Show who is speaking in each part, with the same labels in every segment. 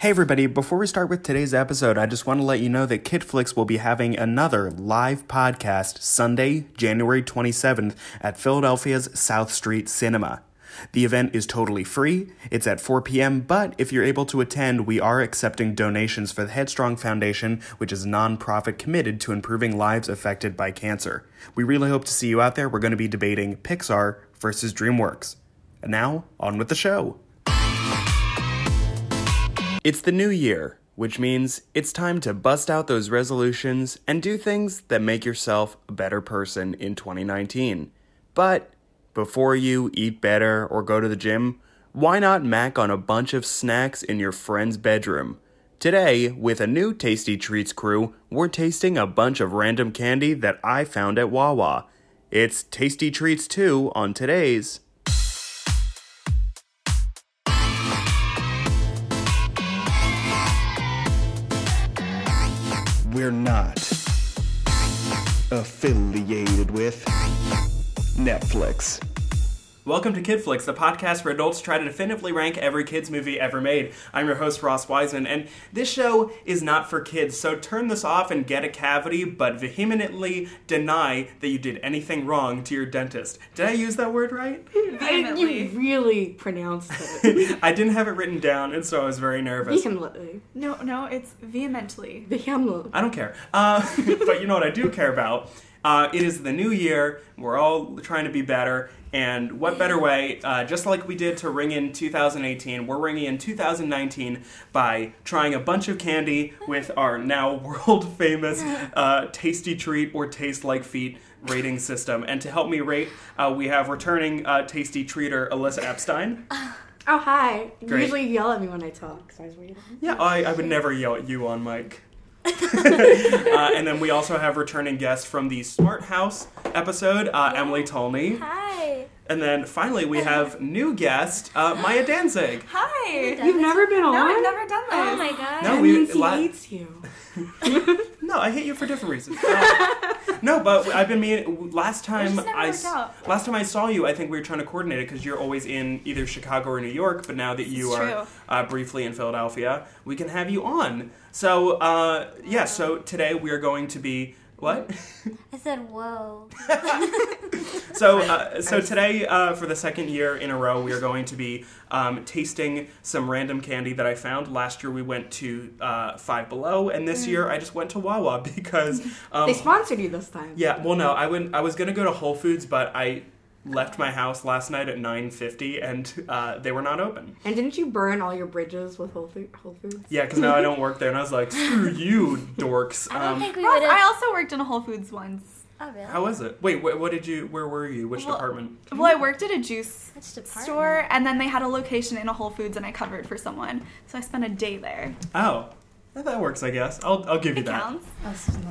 Speaker 1: Hey, everybody, before we start with today's episode, I just want to let you know that KidFlix will be having another live podcast Sunday, January 27th at Philadelphia's South Street Cinema. The event is totally free, it's at 4 p.m., but if you're able to attend, we are accepting donations for the Headstrong Foundation, which is a nonprofit committed to improving lives affected by cancer. We really hope to see you out there. We're going to be debating Pixar versus DreamWorks. And now, on with the show. It's the new year, which means it's time to bust out those resolutions and do things that make yourself a better person in 2019. But before you eat better or go to the gym, why not mac on a bunch of snacks in your friend's bedroom? Today, with a new Tasty Treats crew, we're tasting a bunch of random candy that I found at Wawa. It's Tasty Treats 2 on today's
Speaker 2: We're not affiliated with Netflix.
Speaker 1: Welcome to KidFlix, the podcast where adults try to definitively rank every kids movie ever made. I'm your host Ross Wiseman, and this show is not for kids. So turn this off and get a cavity, but vehemently deny that you did anything wrong to your dentist. Did I use that word right?
Speaker 3: And you really pronounced it.
Speaker 1: I didn't have it written down, and so I was very nervous.
Speaker 3: Vehemently.
Speaker 4: No, no, it's vehemently.
Speaker 3: Vehemently.
Speaker 1: I don't care. Uh, but you know what I do care about? Uh, it is the new year. We're all trying to be better. And what better way, uh, just like we did to ring in 2018, we're ringing in 2019 by trying a bunch of candy with our now world famous uh, Tasty Treat or Taste Like Feet rating system. And to help me rate, uh, we have returning uh, Tasty Treater Alyssa Epstein.
Speaker 3: Oh, hi.
Speaker 1: Great.
Speaker 3: You usually yell at me when I talk, so I was waiting.
Speaker 1: Yeah, I, I would never yell at you on mic. uh, and then we also have returning guests from the Smart House episode, uh, Emily Tolney.
Speaker 5: Hi.
Speaker 1: And then finally, we have new guest, uh, Maya Danzig.
Speaker 4: Hi.
Speaker 3: You've never been on?
Speaker 4: No, I've never done this.
Speaker 5: Oh my god.
Speaker 1: No,
Speaker 3: That
Speaker 1: we-
Speaker 3: means he
Speaker 1: la-
Speaker 3: hates you.
Speaker 1: No, I hate you for different reasons. Uh, no, but I've been meaning. Last time
Speaker 4: never
Speaker 1: I
Speaker 4: worked
Speaker 1: s-
Speaker 4: out.
Speaker 1: last time I saw you, I think we were trying to coordinate it because you're always in either Chicago or New York. But now that you
Speaker 4: is
Speaker 1: are
Speaker 4: true.
Speaker 1: uh, briefly in Philadelphia, we can have you on. So uh, yeah, so today we are going to be what?
Speaker 5: I said whoa.
Speaker 1: So, uh, so today, uh, for the second year in a row, we are going to be um, tasting some random candy that I found. Last year, we went to uh, Five Below, and this
Speaker 5: Mm.
Speaker 1: year, I just went to Wawa because, um,
Speaker 3: They sponsored you this time.
Speaker 1: yeah, well, no, I went. I was gonna go to Whole Foods, but I left my house last night at nine fifty, and uh, they were not open.
Speaker 3: And didn't you burn all your bridges with Whole, Foo- Whole Foods?
Speaker 1: Yeah, because now I don't work there, and I was like, screw you, dorks. Um,
Speaker 5: I don't think we
Speaker 4: Ross,
Speaker 5: would
Speaker 4: I
Speaker 5: have.
Speaker 4: also worked in a Whole Foods once.
Speaker 5: Oh, really?
Speaker 1: how was it? Wait, wh- what did you? Where were you? Which
Speaker 4: Well-
Speaker 1: department?
Speaker 4: Well, I worked at a juice
Speaker 5: Which department?
Speaker 4: store, and then they had a location in a Whole Foods, and I covered for someone. So I spent a day there.
Speaker 1: Oh, that works, I guess. I'll I'll give you
Speaker 4: It
Speaker 1: that.
Speaker 4: counts.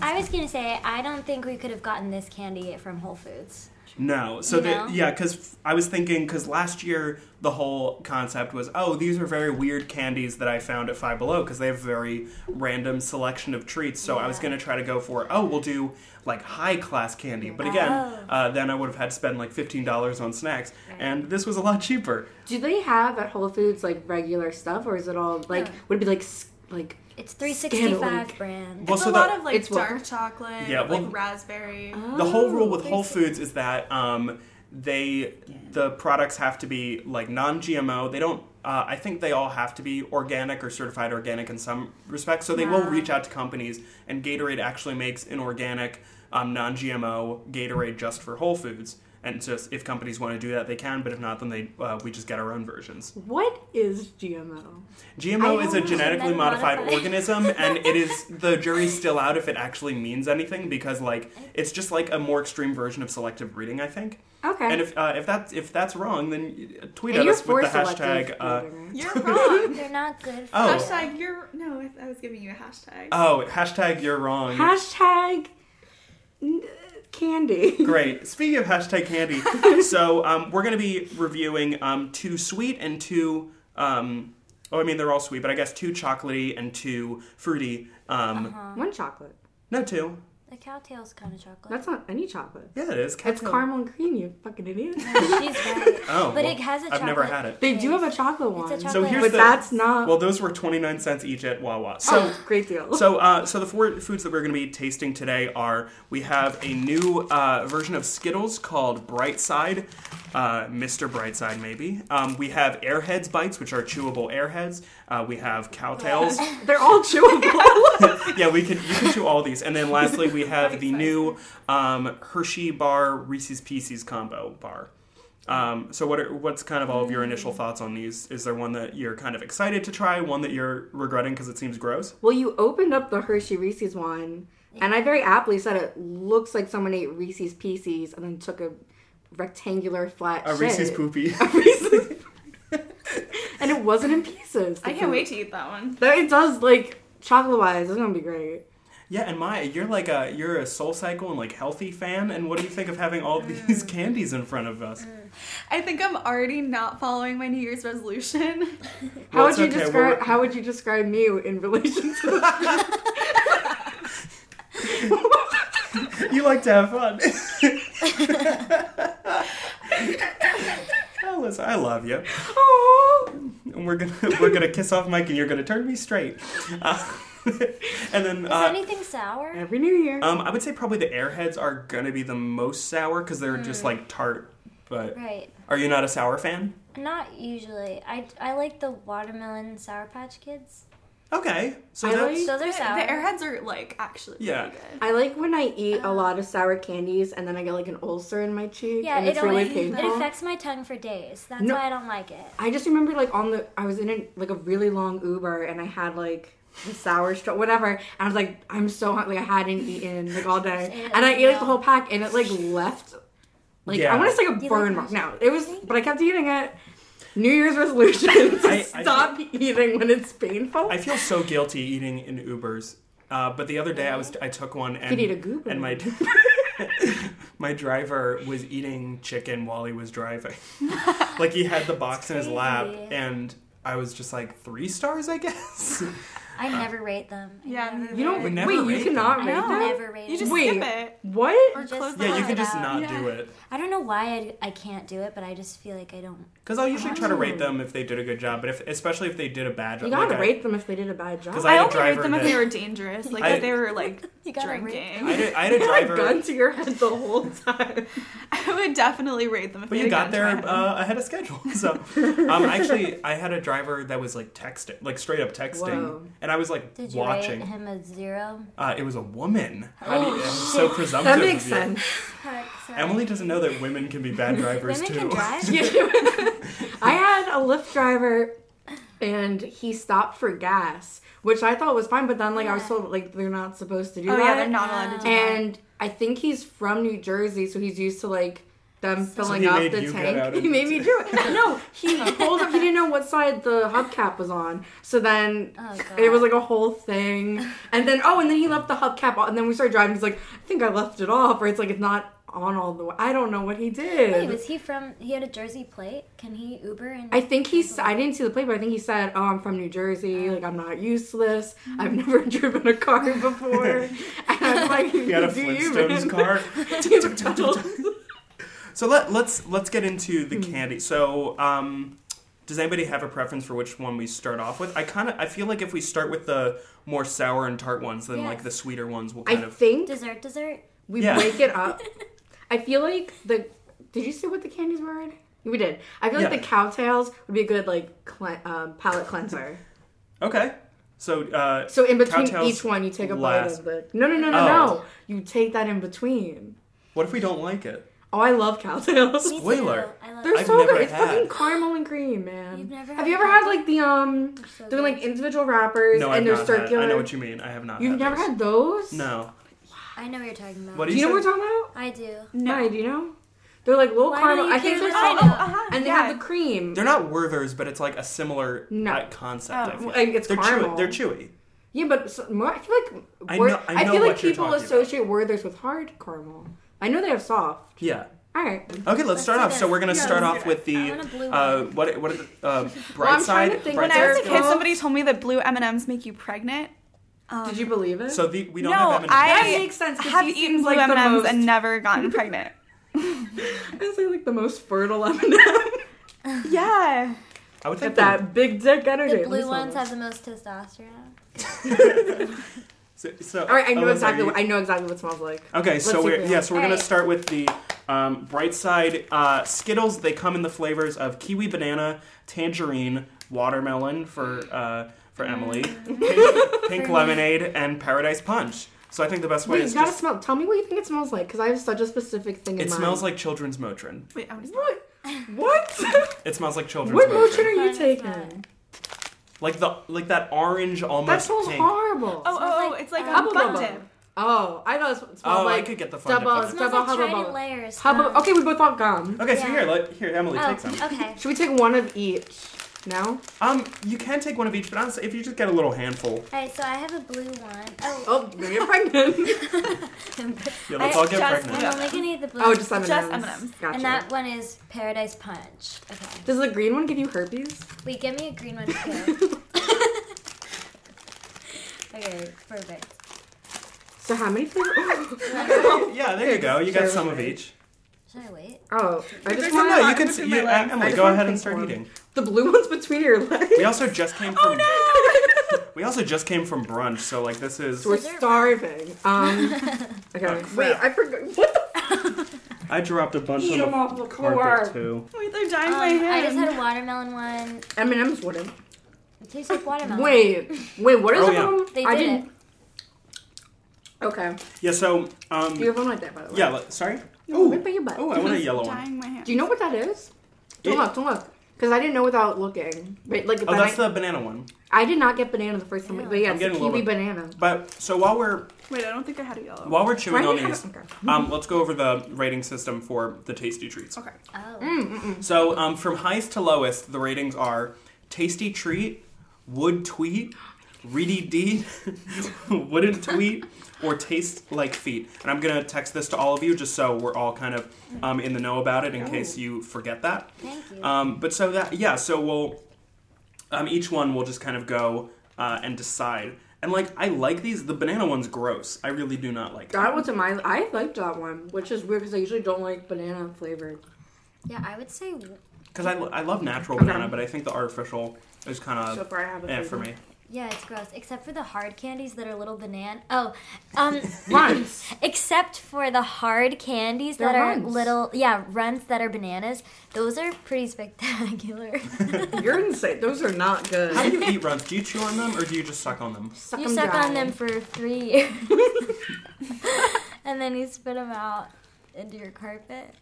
Speaker 5: I was gonna say I don't think we could have gotten this candy from Whole Foods.
Speaker 1: No. So
Speaker 5: You
Speaker 1: the,
Speaker 5: know?
Speaker 1: yeah, because f- I was thinking because last year the whole concept was oh these are very weird candies that I found at Five Below because they have very random selection of treats. So I was
Speaker 5: Yeah.
Speaker 1: gonna try to go for oh we'll do like high class candy, but again
Speaker 5: Oh.
Speaker 1: uh, then I would have had to spend like fifteen dollars on snacks, and this was a lot cheaper.
Speaker 3: Do they have at Whole Foods like regular stuff, or is it all like,
Speaker 5: No.
Speaker 3: would it be like, s- like,
Speaker 5: It's 365
Speaker 3: Scandalink.
Speaker 5: brand.
Speaker 1: Well,
Speaker 4: it's
Speaker 1: so
Speaker 4: a
Speaker 1: the-
Speaker 4: lot of like
Speaker 3: It's what-
Speaker 4: dark chocolate,
Speaker 1: Yeah, well-
Speaker 4: like raspberry.
Speaker 1: the whole rule with
Speaker 5: Oh,
Speaker 1: Whole
Speaker 5: tasty.
Speaker 1: Foods is that um, they the products have to be like non-GMO. They don't. Uh, I think they all have to be organic or certified organic in some respects. So they will reach out to companies, and Gatorade actually makes an organic, um, non-GMO Gatorade just for Whole Foods. And it's just if companies want to do that, they can. But if not, then they uh, we just get our own versions.
Speaker 3: what is GMO?
Speaker 1: GMO
Speaker 5: I
Speaker 1: is a
Speaker 5: don't know.
Speaker 1: genetically
Speaker 5: Genetic
Speaker 1: modified
Speaker 5: modified.
Speaker 1: organism, and it is the jury's still out if it actually means anything because like it's just like a more extreme version of selective breeding, I think.
Speaker 3: Okay.
Speaker 1: And if uh, if that's if that's wrong, then uh, tweet
Speaker 3: And
Speaker 1: at
Speaker 3: you're
Speaker 1: us with
Speaker 3: for
Speaker 1: the
Speaker 3: selective
Speaker 1: hashtag. Uh,
Speaker 3: breeding, right?
Speaker 4: You're wrong.
Speaker 5: They're not good. For
Speaker 1: Oh.
Speaker 4: Hashtag you're no. I- I was giving you a hashtag.
Speaker 1: oh, hashtag you're wrong.
Speaker 3: Hashtag n- candy.
Speaker 1: Great. Speaking of hashtag candy, so um, we're going to be reviewing um, two sweet and two. Um, oh, I mean they're all sweet,
Speaker 5: Uh-huh.
Speaker 4: Uh,
Speaker 1: but I guess two chocolatey and two fruity. Um,
Speaker 3: One chocolate.
Speaker 1: No, two.
Speaker 5: The cowtail's kind of chocolate.
Speaker 3: That's not any chocolate.
Speaker 1: Yeah, it is.
Speaker 3: It's
Speaker 1: Cowtail.
Speaker 3: caramel and cream, you fucking idiot.
Speaker 5: She's right.
Speaker 1: Oh,
Speaker 5: but
Speaker 1: well,
Speaker 5: it has a chocolate.
Speaker 1: I've never had it.
Speaker 3: they do have a chocolate one.
Speaker 5: chocolate.
Speaker 1: So here's
Speaker 3: but
Speaker 1: the,
Speaker 3: that's not
Speaker 1: Well, those were 29 cents each at Wawa. So
Speaker 3: oh, great deal.
Speaker 1: So, uh, so the four foods that we're going to be tasting today are: we have a new uh, version of Skittles called Brightside, uh, Mr. Brightside, maybe. Um, we have Airheads bites, which are chewable Airheads. Uh, we have cowtails.
Speaker 3: They're all chewable.
Speaker 1: yeah, we can you can chew all these. And then lastly, we have the new um, Hershey bar Reese's Pieces combo bar. Um, so what are, what's kind of all of your initial thoughts on these? Is there one that you're kind of excited to try? One that you're regretting because it seems gross?
Speaker 3: well, you opened up the Hershey Reese's one, and I very aptly said it looks like someone ate Reese's Pieces and then took a rectangular flat
Speaker 1: A Reese's
Speaker 3: shit.
Speaker 1: poopy.
Speaker 3: Reese's- and it wasn't in pieces.
Speaker 4: I can't wait to eat that one.
Speaker 3: That it does like chocolate wise, it's gonna be great.
Speaker 1: Yeah, and Maya, you're like a you're a Soul Cycle and like healthy fan, and what do you think of having all these candies in front of us?
Speaker 4: I think I'm already not following my New Year's resolution.
Speaker 3: How
Speaker 1: Well,
Speaker 3: would
Speaker 1: it's
Speaker 3: you
Speaker 1: okay,
Speaker 3: describe
Speaker 1: we're-
Speaker 3: how would you describe me in relation to the
Speaker 1: You like to have fun. Alice, Oh, I love you. And we're gonna we're gonna kiss off Mike, and you're gonna turn me straight. Uh, and then
Speaker 5: Is
Speaker 1: uh,
Speaker 5: anything sour?
Speaker 3: every new year?
Speaker 1: um, I would say probably the Airheads are gonna be the most sour because they're just like tart. But
Speaker 5: Right.
Speaker 1: are you not a sour fan?
Speaker 5: Not usually. I, I like the watermelon Sour Patch Kids.
Speaker 1: Okay, so
Speaker 3: I
Speaker 1: that's
Speaker 3: like-
Speaker 5: Those are
Speaker 4: The
Speaker 5: sour.
Speaker 4: airheads are like actually
Speaker 1: Yeah.
Speaker 4: really good.
Speaker 3: I like when I eat
Speaker 5: Uh.
Speaker 3: a lot of sour candies and then I get like an ulcer in my cheek
Speaker 5: yeah,
Speaker 3: and it's
Speaker 5: it,
Speaker 3: really
Speaker 5: always, it
Speaker 3: painful.
Speaker 5: affects my tongue for days. That's
Speaker 3: No.
Speaker 5: why I don't like it.
Speaker 3: I just remember like on the I was in a, like a really long Uber and I had like the sour straw whatever and I was like I'm so hungry like I hadn't eaten like all day and I ate like the whole pack and it like left like
Speaker 1: Yeah.
Speaker 3: I want to say
Speaker 5: like
Speaker 3: a burn mark
Speaker 5: mashed-
Speaker 3: no it was but I kept eating it New Year's resolution to
Speaker 1: I- I-
Speaker 3: stop eating when it's painful
Speaker 1: I feel so guilty eating in Ubers. Uh, but the other day I was I took one and
Speaker 3: Could eat a goober.
Speaker 1: and my my driver was eating chicken while he was driving. like he had the box in his lap
Speaker 5: crazy.
Speaker 1: and I was just like three stars, I guess.
Speaker 5: I never rate them. I
Speaker 4: Yeah,
Speaker 5: never
Speaker 3: you don't
Speaker 1: We
Speaker 5: rate
Speaker 1: never
Speaker 3: wait you
Speaker 1: rate
Speaker 3: cannot
Speaker 5: them.
Speaker 3: rate
Speaker 5: I
Speaker 3: them?
Speaker 5: never rate
Speaker 4: You
Speaker 5: them.
Speaker 4: just
Speaker 3: Wait.
Speaker 4: skip it
Speaker 3: what
Speaker 4: or
Speaker 5: Just-
Speaker 4: close the
Speaker 1: yeah, you
Speaker 4: lid.
Speaker 1: can just not
Speaker 4: Yeah.
Speaker 1: do it
Speaker 5: I don't know why I, I can't do it, but I just feel like I don't.
Speaker 1: because I'll usually try to rate them if they did a good job, but if especially if they did a bad job.
Speaker 3: Oh. you gotta
Speaker 1: like I-
Speaker 3: rate them if they did a bad job
Speaker 1: 'Cause I
Speaker 4: I
Speaker 1: had a
Speaker 4: only rate
Speaker 1: driver
Speaker 4: them if
Speaker 1: that-
Speaker 4: they were dangerous, like
Speaker 1: I-
Speaker 4: if they were like
Speaker 5: You gotta rate
Speaker 4: drinking.
Speaker 1: I had a- I had a
Speaker 3: had a
Speaker 1: driver.
Speaker 3: gun to your head the whole time
Speaker 4: I would definitely rate them if
Speaker 1: But
Speaker 4: they
Speaker 1: you
Speaker 4: had
Speaker 1: got there
Speaker 4: gone to my head.
Speaker 1: uh, ahead of schedule. So, um, actually, I had a driver that was like texting, like straight up texting,
Speaker 3: Whoa.
Speaker 1: and I was like
Speaker 5: Did you
Speaker 1: watching.
Speaker 5: rate him a zero?
Speaker 1: Uh, it was a woman. How do you, I'm so presumptive.
Speaker 3: Oh, that makes
Speaker 1: of you.
Speaker 3: sense
Speaker 5: Heck, sorry.
Speaker 1: Emily doesn't know that women can be bad drivers
Speaker 5: Women
Speaker 1: too.
Speaker 5: can drive.
Speaker 3: I had a Lyft driver and he stopped for gas, which I thought was fine, but then like I was told like they're not supposed to do
Speaker 4: Oh
Speaker 3: that.
Speaker 4: yeah, they're not allowed
Speaker 1: Uh-huh.
Speaker 4: to do that.
Speaker 3: and I think he's from New Jersey, so he's used to like them filling
Speaker 1: he
Speaker 3: up
Speaker 1: made
Speaker 3: the
Speaker 1: you get out
Speaker 3: tank.
Speaker 1: of
Speaker 3: He
Speaker 1: the
Speaker 3: made me do it. No, he pulled up. He didn't know what side the hubcap was on. So then
Speaker 5: Oh, God.
Speaker 3: it was like a whole thing. And then oh, and then he left the hubcap on. And then we started driving. He's like, I think I left it off, or it's like it's not on all the way. I don't know what he did.
Speaker 5: Wait, was he from? He had a Jersey plate. Can he Uber and?
Speaker 3: I think he. s- I didn't see the plate, but I think he said, "Oh, I'm from New Jersey.
Speaker 5: Oh.
Speaker 3: Like I'm not useless.
Speaker 5: Mm-hmm.
Speaker 3: I've never driven a car before." and I'm like,
Speaker 1: He had a
Speaker 3: "Do you,
Speaker 1: Flintstones
Speaker 3: man?"
Speaker 1: car.
Speaker 3: Dude,
Speaker 1: So let let's let's get into
Speaker 3: Hmm.
Speaker 1: the candy. So um, does anybody have a preference for which one we start off with? I kind of I feel like if we start with the more sour and tart ones, then like
Speaker 5: Yes.
Speaker 1: the sweeter ones will
Speaker 3: I
Speaker 1: kind of.
Speaker 3: think
Speaker 5: dessert, dessert.
Speaker 3: we
Speaker 1: Yeah.
Speaker 3: break it up. I feel like the. Did you see what the candies were? already? We did. I feel
Speaker 1: Yeah.
Speaker 3: like the cowtails would be a good like cle- um, palate cleanser.
Speaker 1: Okay. So uh,
Speaker 3: So in between
Speaker 1: Cowtails
Speaker 3: each one, you take a
Speaker 1: last.
Speaker 3: bite of the. No, no, no, no,
Speaker 1: Oh.
Speaker 3: no. You take that in between.
Speaker 1: what if we don't like it?
Speaker 3: Oh, I love cowtails.
Speaker 5: Me too.
Speaker 1: Spoiler.
Speaker 5: I love.
Speaker 3: They're
Speaker 1: I've
Speaker 3: so
Speaker 1: never
Speaker 3: good. It's
Speaker 1: had.
Speaker 3: fucking caramel and cream, man.
Speaker 5: You've never
Speaker 3: have
Speaker 5: had
Speaker 3: you ever
Speaker 5: that?
Speaker 3: had like the um?
Speaker 5: so
Speaker 3: they're like
Speaker 5: good.
Speaker 3: individual wrappers
Speaker 1: No, I've
Speaker 3: and they're
Speaker 1: not had-
Speaker 3: circular.
Speaker 1: I know what you mean. I have not.
Speaker 3: You've
Speaker 1: had
Speaker 3: never
Speaker 1: those.
Speaker 3: had those?
Speaker 1: No.
Speaker 5: I know what you're talking about.
Speaker 1: What
Speaker 3: Do
Speaker 1: do
Speaker 3: you know what
Speaker 1: say?
Speaker 3: we're talking about?
Speaker 5: I do.
Speaker 3: No. do you know? They're like little
Speaker 5: Why do
Speaker 3: caramel.
Speaker 5: you
Speaker 3: I think they're
Speaker 5: care about-
Speaker 3: solid.
Speaker 5: I know.
Speaker 4: Uh-huh,
Speaker 3: and they
Speaker 4: yeah.
Speaker 3: have the cream.
Speaker 1: They're not Werther's, but it's like a similar
Speaker 3: No.
Speaker 1: uh, concept. I
Speaker 4: Oh,
Speaker 1: feel.
Speaker 3: well, it's
Speaker 1: they're
Speaker 3: caramel.
Speaker 1: chewy. They're chewy.
Speaker 3: yeah, but so, more, I feel like
Speaker 1: I
Speaker 3: Wor-
Speaker 1: know- I know
Speaker 3: feel like
Speaker 1: what you're
Speaker 3: people
Speaker 1: talking about.
Speaker 3: associate Werther's with hard caramel. I know they have soft.
Speaker 1: Yeah.
Speaker 3: All right.
Speaker 1: Okay, let's start
Speaker 5: do
Speaker 1: off. So
Speaker 5: this.
Speaker 1: we're gonna
Speaker 4: Yeah,
Speaker 1: start
Speaker 4: let's
Speaker 1: off
Speaker 4: do
Speaker 1: with the
Speaker 5: I want a blue
Speaker 1: uh, what what are the uh, bright
Speaker 3: Well, I'm trying
Speaker 1: side.
Speaker 3: to think
Speaker 1: bright
Speaker 4: When I was a
Speaker 1: side
Speaker 3: They're
Speaker 4: kid,
Speaker 3: all-
Speaker 4: somebody told me that blue M and M's make you pregnant.
Speaker 3: Did you believe it?
Speaker 1: So the, we don't have
Speaker 4: No,
Speaker 1: M&Ms.
Speaker 4: I
Speaker 3: That makes sense, 'cause
Speaker 4: have
Speaker 3: he
Speaker 4: eaten
Speaker 3: seems
Speaker 4: blue
Speaker 3: like the
Speaker 4: M&Ms
Speaker 3: most-
Speaker 4: and never gotten pregnant.
Speaker 3: I say like the most fertile M&M.
Speaker 4: yeah.
Speaker 1: I would think
Speaker 3: Get
Speaker 1: that.
Speaker 3: that big dick energy.
Speaker 5: The
Speaker 3: Let me
Speaker 5: blue
Speaker 3: smell
Speaker 5: ones
Speaker 3: this.
Speaker 5: have the most testosterone.
Speaker 1: So, so,
Speaker 3: All right, I know
Speaker 1: Alyssa,
Speaker 3: exactly.
Speaker 1: you-
Speaker 3: What, I know exactly what it smells like.
Speaker 1: Okay,
Speaker 3: Let's
Speaker 1: so
Speaker 3: see
Speaker 1: we're
Speaker 3: if
Speaker 1: yes,
Speaker 3: we
Speaker 1: we're gonna
Speaker 5: Alright.
Speaker 1: start with the um, bright side uh, Skittles. They come in the flavors of kiwi, banana, tangerine, watermelon for uh, for Emily,
Speaker 5: Mm.
Speaker 1: pink, pink lemonade, and paradise punch. So I think the best way
Speaker 3: Wait,
Speaker 1: is
Speaker 3: you gotta
Speaker 1: just
Speaker 3: smell. Tell me what you think it smells like, because I have such a specific thing in
Speaker 1: it
Speaker 3: mind.
Speaker 1: smells like children's Motrin.
Speaker 4: Wait, I'm just
Speaker 3: What? What?
Speaker 1: It smells like children's
Speaker 3: what
Speaker 1: Motrin.
Speaker 3: lotion are you
Speaker 5: Mine is mine.
Speaker 3: taking?
Speaker 1: Like the like that orange almost
Speaker 3: That smells
Speaker 1: pink.
Speaker 3: horrible.
Speaker 4: Oh, oh, oh, it's like a
Speaker 3: Hubba
Speaker 4: fun
Speaker 3: Bubba.
Speaker 4: dip.
Speaker 3: Oh, I know it smells
Speaker 1: Oh, I
Speaker 3: like
Speaker 1: could get the fun
Speaker 3: double,
Speaker 1: dip.
Speaker 5: It
Speaker 1: with it.
Speaker 5: smells
Speaker 3: double
Speaker 5: like
Speaker 3: hubba
Speaker 5: trident
Speaker 3: bubba.
Speaker 5: layers.
Speaker 3: Hubba.
Speaker 5: Um,
Speaker 3: Okay, we both got gum.
Speaker 1: Okay, so
Speaker 5: Yeah.
Speaker 1: here, let, here, Emily,
Speaker 5: Oh,
Speaker 1: take some.
Speaker 5: okay.
Speaker 3: Should we take one of each? No.
Speaker 1: Um, you can take one of each, but honestly, if you just get a little handful,
Speaker 5: Alright, so I have a blue one. Oh,
Speaker 3: Oh, you're gonna get pregnant.
Speaker 1: yeah, let's
Speaker 5: I
Speaker 1: all get
Speaker 4: just-
Speaker 1: pregnant.
Speaker 5: I'm only gonna eat the blue.
Speaker 3: oh, just M&Ms.
Speaker 4: Just M&Ms.
Speaker 3: Gotcha.
Speaker 5: And that one is Paradise Punch. Okay.
Speaker 3: Does the green one give you herpes?
Speaker 5: Wait, give me a green one too. okay, perfect.
Speaker 3: So how many Oh, flavors?
Speaker 1: Yeah, there you go. You got
Speaker 3: Sure.
Speaker 1: some of each.
Speaker 5: Should I wait?
Speaker 3: Oh, I just
Speaker 1: No,
Speaker 3: want
Speaker 1: you can.
Speaker 4: between
Speaker 1: see-
Speaker 4: my
Speaker 1: You, uh,
Speaker 4: legs.
Speaker 1: Emily,
Speaker 3: I just
Speaker 1: go
Speaker 3: want
Speaker 1: ahead and
Speaker 3: pink
Speaker 1: start
Speaker 3: one.
Speaker 1: eating.
Speaker 3: the blue one's between your legs.
Speaker 1: We also just came
Speaker 3: Oh,
Speaker 5: Oh,
Speaker 1: from. We also just came from brunch, so like this is.
Speaker 3: We're
Speaker 5: Is there-
Speaker 3: starving. Um, okay. Wait, I forgot. What the?
Speaker 1: I dropped a bunch
Speaker 3: Eat
Speaker 1: on
Speaker 3: them
Speaker 1: the
Speaker 3: off the
Speaker 1: carpet
Speaker 3: floor.
Speaker 1: too.
Speaker 4: Wait, they're dying
Speaker 5: Um,
Speaker 4: my hand.
Speaker 5: I just had a watermelon one.
Speaker 3: M and M's wouldn't.
Speaker 5: It tastes like watermelon.
Speaker 3: Wait, wait. What is
Speaker 1: Oh,
Speaker 3: it?
Speaker 1: yeah.
Speaker 3: from?
Speaker 5: Oh. They
Speaker 3: I
Speaker 5: did
Speaker 3: didn't. Okay.
Speaker 1: Yeah. So
Speaker 3: Do you
Speaker 1: um.
Speaker 3: have one like that, by the way?
Speaker 1: Yeah. like- Sorry.
Speaker 3: Oh, right by your butt.
Speaker 1: Oh, I want a yellow one.
Speaker 4: dying my hand.
Speaker 3: Do you know what that is? Don't
Speaker 1: It-
Speaker 3: look. Don't look. Because I didn't know without looking. Wait, like
Speaker 1: Oh,
Speaker 3: then
Speaker 1: that's
Speaker 3: I,
Speaker 1: the banana one.
Speaker 3: I did not get banana the first time. But yeah,
Speaker 1: I'm
Speaker 3: it's a
Speaker 1: getting a
Speaker 3: kiwi
Speaker 1: little bit-
Speaker 3: banana.
Speaker 1: But so while we're
Speaker 4: Wait, I don't think I had a yellow.
Speaker 1: while we're chewing
Speaker 3: Why
Speaker 1: on
Speaker 3: do you have-
Speaker 1: these,
Speaker 3: okay.
Speaker 1: um, let's go over the rating system for the tasty treats.
Speaker 4: okay.
Speaker 5: Oh.
Speaker 3: Mm.
Speaker 1: So um, from highest to lowest, the ratings are Tasty Treat, Would Tweet, Reedy D, Wouldn't Tweet, or Taste Like Feet. And I'm going to text this to all of you just so we're all kind of um, in the know about
Speaker 3: Oh.
Speaker 1: it in case you forget that.
Speaker 5: Thank you.
Speaker 1: Um, but so that, yeah, so we'll, um, each one will just kind of go uh, and decide. And like, I like these. The banana one's gross. I really do not like
Speaker 3: That
Speaker 1: that.
Speaker 3: was in my. I liked that one, which is weird because I usually don't like banana flavored.
Speaker 5: yeah, I would say
Speaker 1: Because I, lo- I love natural
Speaker 3: Okay.
Speaker 1: banana, but I think the artificial is kind of.
Speaker 3: So far, I have a
Speaker 1: eh,
Speaker 3: favorite.
Speaker 1: for me.
Speaker 5: yeah, it's gross. Except for the hard candies that are little banana. Oh, um,
Speaker 3: Runs.
Speaker 5: except for the hard candies
Speaker 3: They're
Speaker 5: that are
Speaker 3: runs.
Speaker 5: little. Yeah, runs that are bananas. Those are pretty spectacular.
Speaker 3: You're insane. Those are not good.
Speaker 1: How do you eat runs? Do you chew on them or do you just suck on them?
Speaker 3: Suck
Speaker 5: you
Speaker 3: 'em
Speaker 5: suck
Speaker 3: down.
Speaker 5: on them for three years, and then you spit them out into your carpet.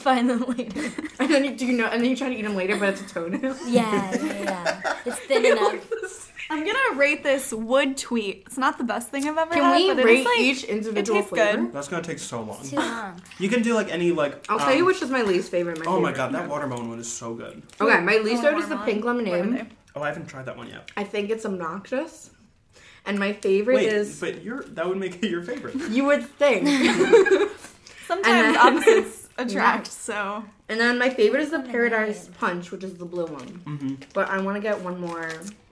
Speaker 5: Find them later.
Speaker 3: and then you, do you know? And then you try to eat them later, but it's a toenail.
Speaker 5: Yeah, yeah, yeah. It's thin enough.
Speaker 4: I'm gonna rate this wood tweet. It's not the best thing I've ever
Speaker 3: Can
Speaker 4: had,
Speaker 3: we
Speaker 4: but
Speaker 3: rate
Speaker 4: it is like
Speaker 3: each individual
Speaker 4: tastes
Speaker 3: flavor?
Speaker 4: good.
Speaker 1: That's gonna take so long.
Speaker 5: Too long.
Speaker 1: You can do like any like.
Speaker 3: I'll tell
Speaker 1: um,
Speaker 3: you which is my least favorite. My
Speaker 1: Oh my
Speaker 3: favorite.
Speaker 1: god, that watermelon one is so good.
Speaker 3: Okay, my least favorite is the
Speaker 4: Watermelon.
Speaker 3: pink
Speaker 4: Where are
Speaker 3: lemonade.
Speaker 4: they?
Speaker 1: Oh, I haven't tried that one yet.
Speaker 3: I think it's obnoxious. And my favorite
Speaker 1: Wait,
Speaker 3: is
Speaker 1: but your that would make it your favorite.
Speaker 3: you would think.
Speaker 4: Sometimes
Speaker 3: then-
Speaker 4: opposites attract, so
Speaker 3: and then my favorite is the paradise punch, which is the blue one. But I want to get one more.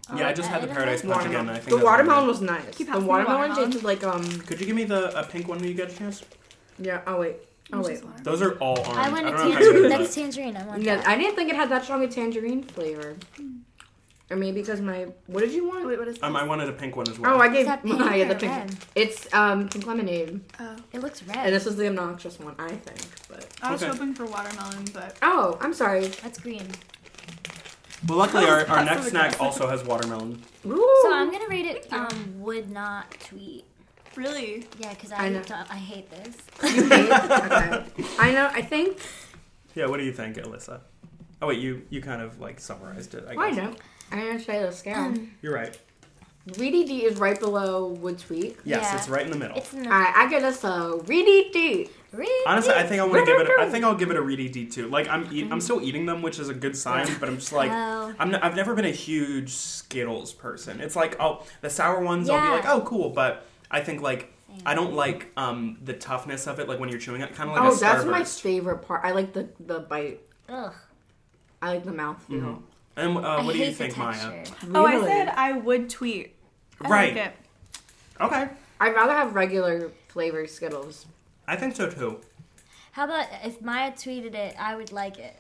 Speaker 1: Mm-hmm. yeah, I just had the paradise punch again. and I think
Speaker 3: The
Speaker 1: that's what I
Speaker 3: watermelon
Speaker 1: got.
Speaker 3: was nice.
Speaker 4: Keep
Speaker 3: The
Speaker 4: asking me
Speaker 3: watermelon
Speaker 4: watermelon.
Speaker 3: tasted like um
Speaker 1: Could you give me the a pink one when you get a chance?
Speaker 3: yeah. Oh wait. Oh
Speaker 4: Which
Speaker 3: wait.
Speaker 4: is watermelon.
Speaker 1: Those are all orange.
Speaker 5: I want a
Speaker 1: don't know how you
Speaker 5: tangerine.
Speaker 1: did
Speaker 5: That's
Speaker 1: that.
Speaker 5: tangerine. I want
Speaker 3: Yeah,
Speaker 5: that.
Speaker 3: I didn't think it had that strong a tangerine flavor. Or maybe because my what did you want?
Speaker 4: Wait, what is
Speaker 1: Um, I wanted a pink one as well.
Speaker 3: Oh, I gave
Speaker 5: that pink
Speaker 3: Maya
Speaker 5: or
Speaker 3: the pink.
Speaker 5: red?
Speaker 3: It's um pink lemonade,
Speaker 5: It looks
Speaker 3: and
Speaker 5: red.
Speaker 3: this is the obnoxious one, I think. But
Speaker 4: I was
Speaker 1: Okay.
Speaker 4: hoping for watermelon, but
Speaker 3: oh, I'm sorry.
Speaker 5: That's green.
Speaker 1: well, luckily our, our
Speaker 4: That's
Speaker 1: next
Speaker 4: so
Speaker 1: snack
Speaker 4: good.
Speaker 1: also has watermelon.
Speaker 3: Ooh.
Speaker 5: So I'm gonna rate it. Um, would not tweet.
Speaker 4: really,
Speaker 5: Yeah, because
Speaker 3: I
Speaker 5: I
Speaker 3: know.
Speaker 5: don't, I hate this.
Speaker 3: okay. I know. I think.
Speaker 1: Yeah, what do you think, Alyssa? Oh wait, you you kind of like summarized it. I guess.
Speaker 3: Why no? I'm gonna try the scale.
Speaker 1: You're right.
Speaker 3: Reedy D is right below Wood Tweak.
Speaker 1: Yes,
Speaker 5: Yeah.
Speaker 1: it's right in the middle.
Speaker 5: It's in the
Speaker 3: Alright, I get us a Reedy D.
Speaker 5: Really?
Speaker 1: Honestly, I think I want to give it. I think I'll give it a Reedy D too. Like I'm, eat, I'm still eating them, which is a good sign. But I'm just like,
Speaker 5: Oh.
Speaker 1: I'm. N- I've never been a huge Skittles person. It's like, oh, the sour ones, I'll be
Speaker 5: Yeah.
Speaker 1: like, oh, cool. But I think like,
Speaker 5: Same.
Speaker 1: I don't like um the toughness of it. Like when you're chewing it, kind of like
Speaker 3: Oh,
Speaker 1: a
Speaker 3: that's my
Speaker 1: Starburst.
Speaker 3: favorite part. I like the the bite.
Speaker 5: Ugh.
Speaker 3: I like the mouth feel.
Speaker 1: and uh,
Speaker 5: I
Speaker 1: what do you
Speaker 5: hate the
Speaker 1: think, Maya?
Speaker 5: texture.
Speaker 4: oh, I
Speaker 3: Really?
Speaker 4: said I would tweet. I
Speaker 1: Right.
Speaker 4: Like it.
Speaker 1: Okay.
Speaker 3: I'd rather have regular flavored Skittles.
Speaker 1: I think so too.
Speaker 6: How about if Maya tweeted it, I would like it.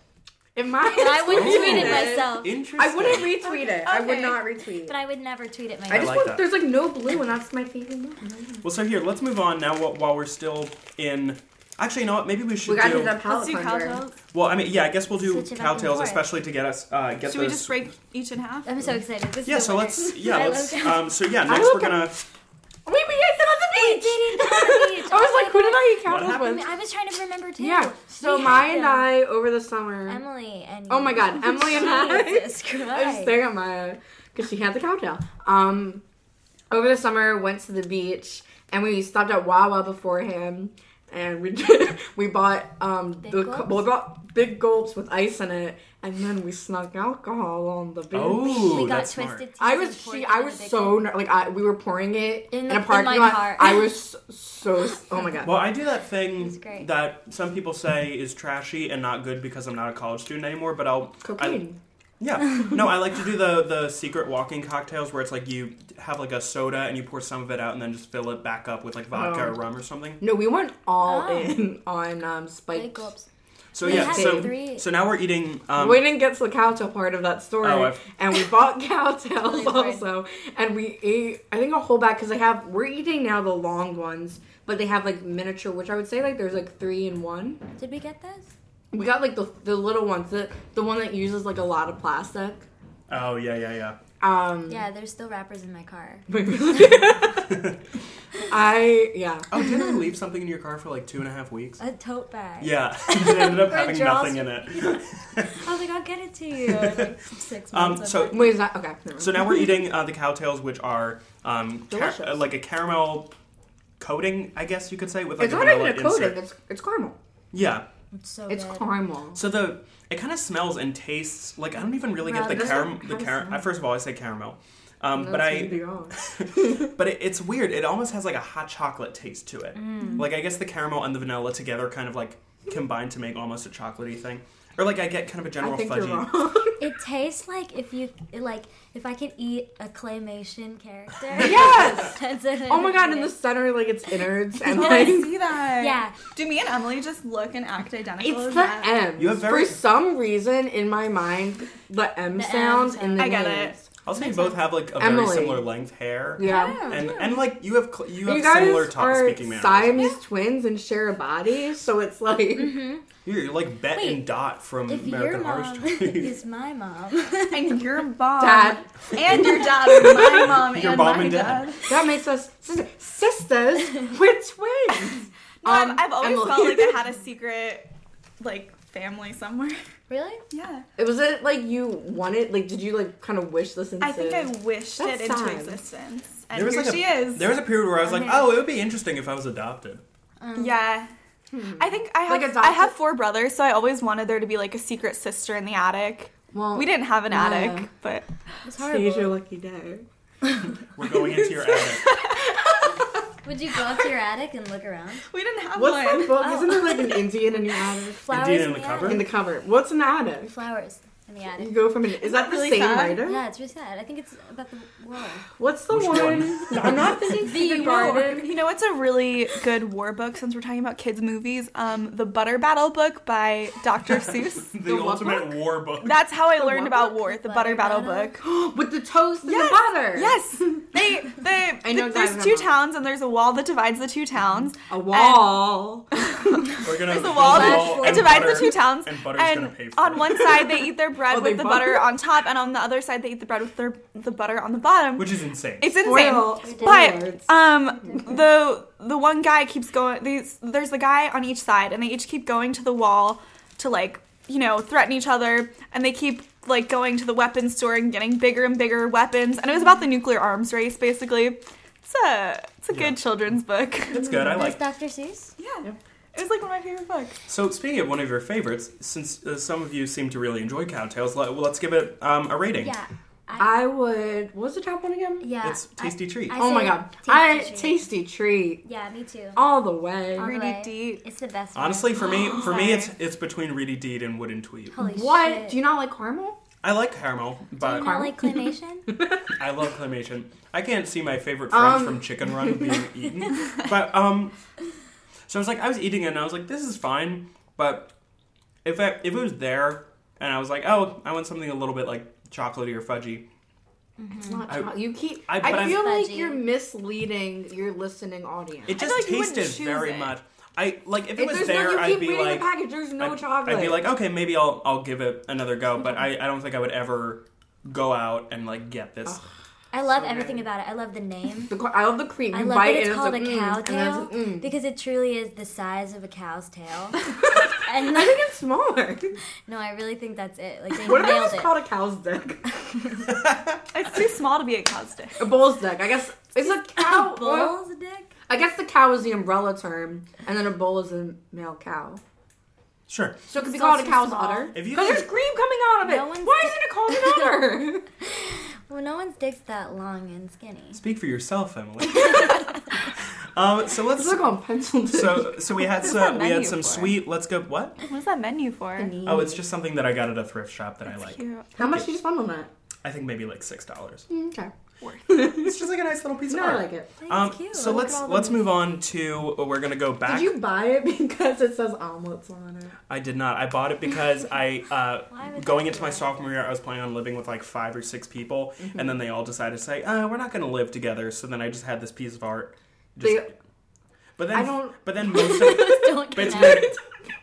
Speaker 3: If my
Speaker 6: But I wouldn't tweet it
Speaker 3: Ooh.
Speaker 5: Oh.
Speaker 6: myself.
Speaker 1: Interesting.
Speaker 3: I wouldn't retweet it. I would
Speaker 4: Okay.
Speaker 3: not retweet.
Speaker 6: But I would never tweet it
Speaker 3: I
Speaker 6: myself.
Speaker 3: just
Speaker 1: like
Speaker 3: want,
Speaker 1: that.
Speaker 3: there's like no blue, and that's my favorite one.
Speaker 1: Well, so here, let's move on now wh- while we're still in. Actually, you know what? Maybe we should
Speaker 3: We got to
Speaker 1: do.
Speaker 3: do that palette
Speaker 4: Let's do
Speaker 3: plunger.
Speaker 4: cowtails.
Speaker 1: Well, I mean, yeah, I guess we'll do
Speaker 6: Switch it back and
Speaker 1: cowtails,
Speaker 6: forth.
Speaker 1: especially to get us uh, get
Speaker 4: Should
Speaker 1: those.
Speaker 4: we just break each in half?
Speaker 6: I'm so excited. This
Speaker 1: yeah.
Speaker 6: is the
Speaker 1: So
Speaker 6: winner.
Speaker 1: let's. Yeah.
Speaker 6: I
Speaker 1: Let's.
Speaker 6: love it.
Speaker 1: Um. So yeah. Next
Speaker 3: love
Speaker 1: we're
Speaker 3: cow-
Speaker 1: gonna.
Speaker 3: I mean, we ate them at the
Speaker 6: We
Speaker 3: beach.
Speaker 6: did it on the beach.
Speaker 3: I was like, who did I eat
Speaker 1: What
Speaker 3: cowtails
Speaker 1: happened?
Speaker 3: with?
Speaker 6: I was trying to remember too.
Speaker 3: Yeah. So
Speaker 6: We
Speaker 3: Maya
Speaker 6: had
Speaker 3: and
Speaker 6: them.
Speaker 3: I over the summer.
Speaker 6: Emily and
Speaker 3: Oh my God, Emily and I.
Speaker 6: Jesus
Speaker 3: I was
Speaker 6: Christ.
Speaker 3: staring at Maya because she had the cowtail. Um, over the summer, went to the beach and we stopped at Wawa beforehand, and we we bought um
Speaker 6: Big
Speaker 3: the
Speaker 6: gulps?
Speaker 3: well, we bought big gulps with ice in it, and then we snuck alcohol on the beach.
Speaker 1: Oh,
Speaker 6: we got
Speaker 1: that's
Speaker 6: twisted.
Speaker 1: smart.
Speaker 6: teas
Speaker 3: I
Speaker 6: and
Speaker 3: was
Speaker 6: poured
Speaker 3: she,
Speaker 6: them
Speaker 3: I
Speaker 6: in
Speaker 3: was
Speaker 6: the big
Speaker 3: so
Speaker 6: cup.
Speaker 3: ner- like I, we were pouring it
Speaker 6: In
Speaker 3: in,
Speaker 6: the-
Speaker 3: a
Speaker 6: in
Speaker 3: parking
Speaker 6: my
Speaker 3: lot.
Speaker 6: car.
Speaker 3: I was so, so oh my god.
Speaker 1: Well, I do that
Speaker 6: That's
Speaker 1: thing
Speaker 6: great.
Speaker 1: that some people say is trashy and not good because I'm not a college student anymore. But I'll I-
Speaker 3: Cocaine.
Speaker 1: yeah, no, I like to do the the secret walking cocktails where it's like you have like a soda and you pour some of it out and then just fill it back up with like vodka or
Speaker 3: Oh.
Speaker 1: rum or something.
Speaker 3: no, we went all
Speaker 6: Oh.
Speaker 3: in on um
Speaker 6: Big
Speaker 3: spiked.
Speaker 6: gulps.
Speaker 1: So
Speaker 6: We
Speaker 1: yeah,
Speaker 6: had
Speaker 1: so
Speaker 6: three.
Speaker 1: so now we're eating. Um,
Speaker 3: we didn't get to the cowtail part of that story,
Speaker 1: Oh, I've-
Speaker 3: and we bought cowtails
Speaker 6: Really
Speaker 3: also, and we ate. I think a whole bag because they have. We're eating now the long ones, but they have like miniature, which I would say like there's like three in one.
Speaker 6: Did we get this?
Speaker 3: We got like the the little ones, the the one that uses like a lot of plastic.
Speaker 1: oh yeah, yeah, yeah. Mm.
Speaker 3: Um,
Speaker 6: Yeah, there's still wrappers in my car.
Speaker 3: I yeah.
Speaker 1: Oh, didn't I leave something in your car for like two and a half weeks?
Speaker 6: A tote bag.
Speaker 1: Yeah, it ended up
Speaker 6: Or a
Speaker 1: having nothing in it.
Speaker 6: I was like, I'll get it to you. Like, six months.
Speaker 1: Um,
Speaker 6: of
Speaker 1: so
Speaker 6: it.
Speaker 3: Wait, is that okay? never mind.
Speaker 1: so now we're eating uh, the cowtails, which are um, ca-
Speaker 3: Delicious.
Speaker 1: uh, like a caramel coating, I guess you could say, with like
Speaker 3: it's
Speaker 1: a
Speaker 3: not even
Speaker 1: vanilla
Speaker 3: a coating.
Speaker 1: insert. Um,
Speaker 3: It's it's caramel.
Speaker 1: Yeah.
Speaker 6: it's so
Speaker 3: It's
Speaker 6: good.
Speaker 3: caramel.
Speaker 1: So the it kind of smells and tastes like I don't even really get
Speaker 6: Right.
Speaker 1: the
Speaker 6: That's
Speaker 1: caram
Speaker 3: not-
Speaker 1: the
Speaker 3: how
Speaker 1: caram.
Speaker 3: does it smell?
Speaker 1: First of all, I say caramel, um, but
Speaker 3: That's
Speaker 1: I
Speaker 3: VBR.
Speaker 1: but it, it's weird. It almost has like a hot chocolate taste to it.
Speaker 3: Mm.
Speaker 1: Like I guess the caramel and the vanilla together kind of like combine to make almost a chocolatey thing. Or like I get kind of a
Speaker 3: I
Speaker 1: general
Speaker 3: think
Speaker 1: fudgy.
Speaker 3: you're wrong.
Speaker 6: It tastes like if you like if I could eat a claymation character.
Speaker 3: Yes!
Speaker 6: That's what it
Speaker 3: Oh my god!
Speaker 6: is.
Speaker 3: In the center, like it's innards and
Speaker 4: Oh, I
Speaker 3: like
Speaker 4: see that.
Speaker 6: Yeah.
Speaker 4: Do me and Emily just look and act identical?
Speaker 3: It's
Speaker 4: Is
Speaker 3: the
Speaker 4: that-
Speaker 3: M.
Speaker 1: You have very-
Speaker 3: Oh, For some reason, in my mind, the M
Speaker 6: The M
Speaker 3: sound in the
Speaker 4: I get
Speaker 3: names.
Speaker 1: Also, you both have like a very
Speaker 3: Emily.
Speaker 1: similar length hair.
Speaker 3: Yeah.
Speaker 1: And and like you have cl- you have
Speaker 3: You guys
Speaker 1: similar top
Speaker 3: are
Speaker 1: speaking manners.
Speaker 3: Siamese twins and share a body, so it's like
Speaker 4: Mm-hmm.
Speaker 1: You're, you're like Bet
Speaker 6: Wait,
Speaker 1: and Dot from
Speaker 6: If your
Speaker 1: American Horror
Speaker 6: mom
Speaker 1: Story.
Speaker 6: is my mom,
Speaker 4: And your mom.
Speaker 3: Dad.
Speaker 4: And your dad. And my mom.
Speaker 1: Your
Speaker 4: and
Speaker 1: mom
Speaker 4: my
Speaker 1: and dad.
Speaker 3: that makes us sis- sisters. We're twins.
Speaker 4: No, I've-
Speaker 3: Um,
Speaker 4: I've, always
Speaker 3: Emily.
Speaker 4: felt like I had a secret, like, family somewhere.
Speaker 6: really?
Speaker 4: Yeah.
Speaker 3: It was it like you wanted? Like, did you like kind of wish this into?
Speaker 4: I think I wished
Speaker 3: That's
Speaker 4: it into
Speaker 3: sad.
Speaker 4: existence. And
Speaker 1: There was
Speaker 4: here
Speaker 1: like
Speaker 4: she
Speaker 1: a,
Speaker 4: is.
Speaker 1: There was a period where I was like,
Speaker 6: Okay.
Speaker 1: oh, it would be interesting if I was adopted.
Speaker 4: yeah. I think I have
Speaker 3: Hmm. Like adopted-
Speaker 4: I have four brothers, so I always wanted there to be like a secret sister in the attic.
Speaker 3: Well,
Speaker 4: We didn't have an
Speaker 3: no.
Speaker 4: attic, but
Speaker 6: It's
Speaker 3: Today's your
Speaker 6: horrible.
Speaker 3: lucky day.
Speaker 1: We're going into your attic.
Speaker 6: Would you go up to your attic and look around?
Speaker 4: we didn't have
Speaker 3: What's that
Speaker 4: one.
Speaker 3: book? Isn't there
Speaker 4: oh.
Speaker 3: like an Indian in your attic?
Speaker 6: Flowers
Speaker 1: Indian
Speaker 6: in
Speaker 1: in
Speaker 6: the,
Speaker 1: the cupboard?
Speaker 3: In
Speaker 6: attic.
Speaker 3: the cover. What's an attic?
Speaker 6: Flowers in the
Speaker 3: You
Speaker 6: attic.
Speaker 3: go from an. Is that
Speaker 4: that
Speaker 3: the
Speaker 4: really
Speaker 3: same
Speaker 4: sad?
Speaker 3: writer?
Speaker 6: Yeah, it's really sad. I think it's about the war.
Speaker 3: What's the
Speaker 1: Which
Speaker 3: one?
Speaker 1: one?
Speaker 3: I'm not thinking the garden.
Speaker 4: You know what's a really good war book since we're talking about kids' movies? Um, the Butter Battle book by Dr. Seuss.
Speaker 1: the,
Speaker 3: The what
Speaker 1: ultimate war book.
Speaker 4: That's how I learned
Speaker 3: what
Speaker 4: about
Speaker 6: book?
Speaker 4: war. The
Speaker 6: The Butter
Speaker 4: Butter, Battle,
Speaker 6: Battle?
Speaker 4: book.
Speaker 3: With the toast and
Speaker 4: Yes,
Speaker 3: the butter.
Speaker 4: Yes, they. they
Speaker 3: I know
Speaker 4: th- there's
Speaker 3: exactly
Speaker 4: two
Speaker 3: what I'm
Speaker 4: towns, and there's a wall that divides the two towns.
Speaker 3: A wall.
Speaker 1: We're gonna
Speaker 4: There's a wall
Speaker 6: that-
Speaker 1: wall
Speaker 4: that
Speaker 1: and
Speaker 4: it divides
Speaker 1: butter-
Speaker 4: the two towns,
Speaker 1: and butter's gonna pay for
Speaker 4: on
Speaker 1: it.
Speaker 4: one side they eat their bread
Speaker 3: Oh, they
Speaker 4: with the
Speaker 3: bu-
Speaker 4: butter on top, and on the other side they eat the bread with their, the butter on the bottom.
Speaker 1: which is insane.
Speaker 4: It's insane.
Speaker 3: Well,
Speaker 4: But um, the the one guy keeps going. These there's the guy on each side, and they each keep going to the wall to like you know threaten each other, and they keep like going to the weapons store and getting bigger and bigger weapons. And it was about the nuclear arms race, basically. It's a it's a
Speaker 1: Yeah.
Speaker 4: good children's book.
Speaker 1: It's good. I
Speaker 6: That's
Speaker 1: like.
Speaker 6: Dr. Seuss.
Speaker 4: yeah. It was like one of my favorite books.
Speaker 1: So speaking of one of your favorites, since uh, some of you seem to really enjoy cowtails, let, well, let's give it um, a rating.
Speaker 6: Yeah.
Speaker 3: I would. What was the top one again?
Speaker 6: Yeah.
Speaker 1: It's tasty
Speaker 6: I-
Speaker 1: treat.
Speaker 6: I
Speaker 3: oh my
Speaker 6: say
Speaker 3: god.
Speaker 6: tasty
Speaker 3: I
Speaker 6: treat.
Speaker 3: tasty treat
Speaker 6: Yeah, me too.
Speaker 3: all the way.
Speaker 6: All the
Speaker 4: Reedy
Speaker 6: way.
Speaker 4: Deet.
Speaker 6: It's the best. one. Oh,
Speaker 1: Honestly, for me, for me, it's
Speaker 4: Sorry.
Speaker 1: it's between Reedy Deed and Wooden Tweet.
Speaker 6: Holy
Speaker 3: what?
Speaker 6: shit.
Speaker 3: Do you not like caramel?
Speaker 1: I like caramel,
Speaker 6: Do you
Speaker 1: but
Speaker 6: not like claymation?
Speaker 1: I love claymation. I can't see my favorite French
Speaker 3: Um.
Speaker 1: from Chicken Run being eaten. But um, so I was like, I was eating it, and I was like, this is fine. But if I, if it was there, and I was like, oh, I want something a little bit like chocolatey or fudgy.
Speaker 3: It's not
Speaker 1: I-
Speaker 3: chocolate. you keep.
Speaker 1: I-
Speaker 3: I,
Speaker 1: but I'm-
Speaker 3: feel like
Speaker 6: Fudgy.
Speaker 3: you're misleading your listening audience.
Speaker 1: It
Speaker 4: I feel
Speaker 1: just
Speaker 4: like you wouldn't
Speaker 1: tasted
Speaker 4: choose
Speaker 1: very
Speaker 4: it.
Speaker 1: much. I like if it
Speaker 3: If
Speaker 1: was
Speaker 3: there's
Speaker 1: there,
Speaker 3: no, you
Speaker 1: I'd
Speaker 3: keep
Speaker 1: be
Speaker 3: reading
Speaker 1: like,
Speaker 3: the package. There's no
Speaker 1: I'd,
Speaker 3: chocolate.
Speaker 1: I'd be like, okay, maybe I'll I'll give it another go. But I, I don't think I would ever go out and like get this.
Speaker 6: I love
Speaker 3: So
Speaker 6: everything
Speaker 3: good.
Speaker 6: about it. I love the name.
Speaker 3: The cr- I love the cream. You
Speaker 6: I love
Speaker 3: bite
Speaker 6: that
Speaker 3: it
Speaker 6: it's
Speaker 3: and
Speaker 6: called a
Speaker 3: like, mm,
Speaker 6: cow
Speaker 3: and then it's,
Speaker 6: tail
Speaker 3: mm.
Speaker 6: because it truly is the size of a cow's tail. and
Speaker 3: I think it's smaller.
Speaker 6: no, I really think that's it. Like they
Speaker 3: What if it
Speaker 6: nailed
Speaker 3: was
Speaker 6: it.
Speaker 3: called a cow's dick?
Speaker 4: It's too small to be a costic.
Speaker 3: A bull's dick. I guess it's a cow.
Speaker 6: a
Speaker 3: well,
Speaker 6: bull's dick.
Speaker 3: I guess the cow is the umbrella term, and then a bull is a male cow.
Speaker 1: Sure.
Speaker 3: So it could be
Speaker 4: It's
Speaker 3: called a
Speaker 4: also
Speaker 3: cow's
Speaker 4: small.
Speaker 3: udder.
Speaker 1: If you
Speaker 3: Because
Speaker 1: could-
Speaker 3: there's cream coming out of it.
Speaker 6: No one's
Speaker 3: Why
Speaker 6: di-
Speaker 3: isn't it called an udder?
Speaker 6: Well, no one's dick's that long and skinny.
Speaker 1: Speak for yourself, Emily. um, so let's
Speaker 3: This is called pencil dick.
Speaker 1: so so we had
Speaker 4: What's
Speaker 1: some
Speaker 4: that
Speaker 1: we had
Speaker 4: menu
Speaker 1: some
Speaker 4: for? Mm-hmm.
Speaker 1: sweet. Let's go. What?
Speaker 4: What's that menu for?
Speaker 1: Oh, it's just something that I got at a thrift shop that I like.
Speaker 4: Cute.
Speaker 3: How much did you spend on that?
Speaker 1: I think maybe like six dollars.
Speaker 3: Mm, Okay.
Speaker 1: It's just like a nice little piece
Speaker 3: No,
Speaker 1: of
Speaker 3: I
Speaker 1: art.
Speaker 3: like it.
Speaker 6: That's
Speaker 1: Um,
Speaker 6: cute.
Speaker 1: so
Speaker 6: Look
Speaker 1: let's
Speaker 6: at all
Speaker 1: let's
Speaker 6: the-
Speaker 1: move on to uh, we're gonna go back.
Speaker 3: Did you buy it because it says omelets on it?
Speaker 1: I did not. I bought it because I
Speaker 6: Why
Speaker 1: uh,
Speaker 6: would
Speaker 1: going
Speaker 6: that
Speaker 1: into
Speaker 6: be
Speaker 1: my
Speaker 6: right?
Speaker 1: sophomore year, I was planning on living with like five or six people, and then they all decided to say, uh, "We're not gonna live together." So then I just had this piece of art. Just,
Speaker 3: They-
Speaker 1: but then
Speaker 3: I don't-
Speaker 1: But then most of
Speaker 6: Don't
Speaker 1: But it's
Speaker 6: connect.
Speaker 1: made,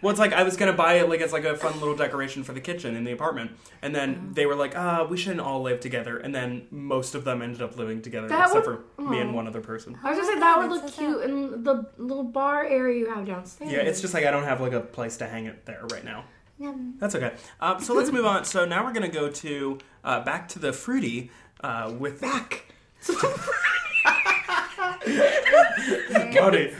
Speaker 1: well, it's like I was gonna buy it like as like a fun little decoration for the kitchen in the apartment, and then
Speaker 3: Oh.
Speaker 1: they were like, "Ah, we shouldn't all live together." And then most of them ended up living together,
Speaker 3: That
Speaker 1: except
Speaker 3: would-
Speaker 1: for me and
Speaker 3: Aw.
Speaker 1: one other person.
Speaker 3: I was gonna
Speaker 6: Oh my
Speaker 3: say that
Speaker 6: God,
Speaker 3: would look
Speaker 6: that's so
Speaker 3: cute in the little bar area you have downstairs.
Speaker 1: Yeah, it's just like I don't have like a place to hang it there right now.
Speaker 3: Yum.
Speaker 1: That's okay. Um, so let's move on. So now we're gonna go to uh, back to the fruity uh, with back. Cody.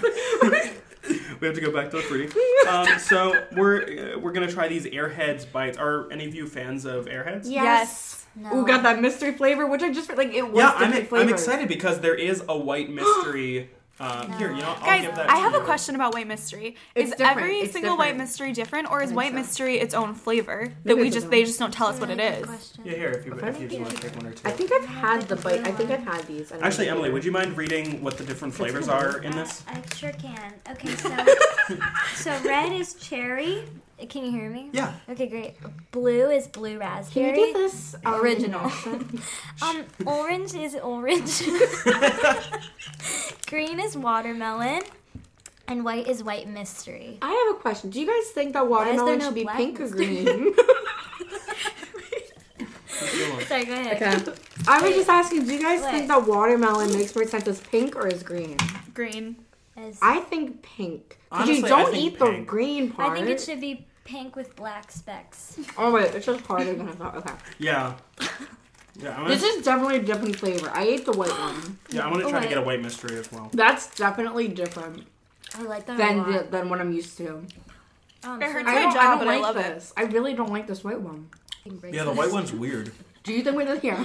Speaker 1: we have to go back to the fruity. Um, so we're uh, we're gonna try these Airheads bites. Are any of you fans of Airheads?
Speaker 4: Yes.
Speaker 6: No.
Speaker 3: Ooh, got that mystery flavor, which I just like. It was
Speaker 1: Yeah, I'm,
Speaker 3: different
Speaker 1: I'm
Speaker 3: flavors.
Speaker 1: excited because there is a white mystery. Uh, Here, you know, I'll
Speaker 4: Guys,
Speaker 1: give that
Speaker 4: I
Speaker 1: to
Speaker 4: have a
Speaker 1: you.
Speaker 4: question about white mystery.
Speaker 3: It's
Speaker 4: is
Speaker 3: different.
Speaker 4: every
Speaker 3: It's
Speaker 4: single
Speaker 3: different.
Speaker 4: white mystery different, or is
Speaker 3: think
Speaker 4: white
Speaker 3: so.
Speaker 4: mystery its own flavor that
Speaker 3: Maybe
Speaker 4: we
Speaker 3: it's
Speaker 4: just
Speaker 3: its
Speaker 4: they
Speaker 3: own.
Speaker 4: just don't tell us what it
Speaker 6: Really good
Speaker 4: is?
Speaker 6: question.
Speaker 1: Yeah, here, if you, if you just
Speaker 6: Thank
Speaker 1: want to
Speaker 6: you.
Speaker 1: take one or two.
Speaker 3: I think I've had the bite. I think I've had these. I don't
Speaker 1: Actually,
Speaker 3: remember.
Speaker 1: Emily, would you mind reading what the different flavors are in this?
Speaker 6: Uh, I sure can. Okay, so so red is cherry. Can you hear me?
Speaker 1: Yeah.
Speaker 6: Okay, great. Blue is blue
Speaker 3: Can you
Speaker 6: raspberry.
Speaker 3: get this original?
Speaker 6: Um, orange is orange. Green is watermelon, and white is white mystery.
Speaker 3: I have a question. Do you guys think that
Speaker 6: is there
Speaker 3: watermelon
Speaker 6: no
Speaker 3: should be
Speaker 6: black
Speaker 3: pink or
Speaker 6: mystery?
Speaker 3: green?
Speaker 6: Sorry, go ahead.
Speaker 3: okay. I was just asking. Do you guys
Speaker 6: What?
Speaker 3: think that watermelon makes more sense as pink or as green?
Speaker 4: Green.
Speaker 6: As- I,
Speaker 3: I think pink. Because you
Speaker 1: Honestly, I
Speaker 3: don't
Speaker 1: think
Speaker 3: eat the
Speaker 1: pink.
Speaker 3: green part.
Speaker 6: think it should be pink with black specks.
Speaker 3: Oh wait, it's just harder than I thought. Okay.
Speaker 1: Yeah. Yeah, I'm gonna,
Speaker 3: This is definitely a different flavor. I ate the white one.
Speaker 1: yeah, I'm gonna try to
Speaker 6: Wait.
Speaker 1: get a white mystery as well.
Speaker 3: That's definitely different
Speaker 6: I like that a
Speaker 3: than
Speaker 6: lot.
Speaker 3: the, than what I'm used to.
Speaker 6: Um,
Speaker 4: It
Speaker 6: so
Speaker 4: hurts
Speaker 6: I
Speaker 4: my
Speaker 6: don't
Speaker 3: don't,
Speaker 4: jaw,
Speaker 3: I don't
Speaker 4: but I
Speaker 3: like
Speaker 4: love it.
Speaker 3: this. I really don't like this white one.
Speaker 6: think braces.
Speaker 1: Yeah, the white one's weird.
Speaker 3: Do you think we're here?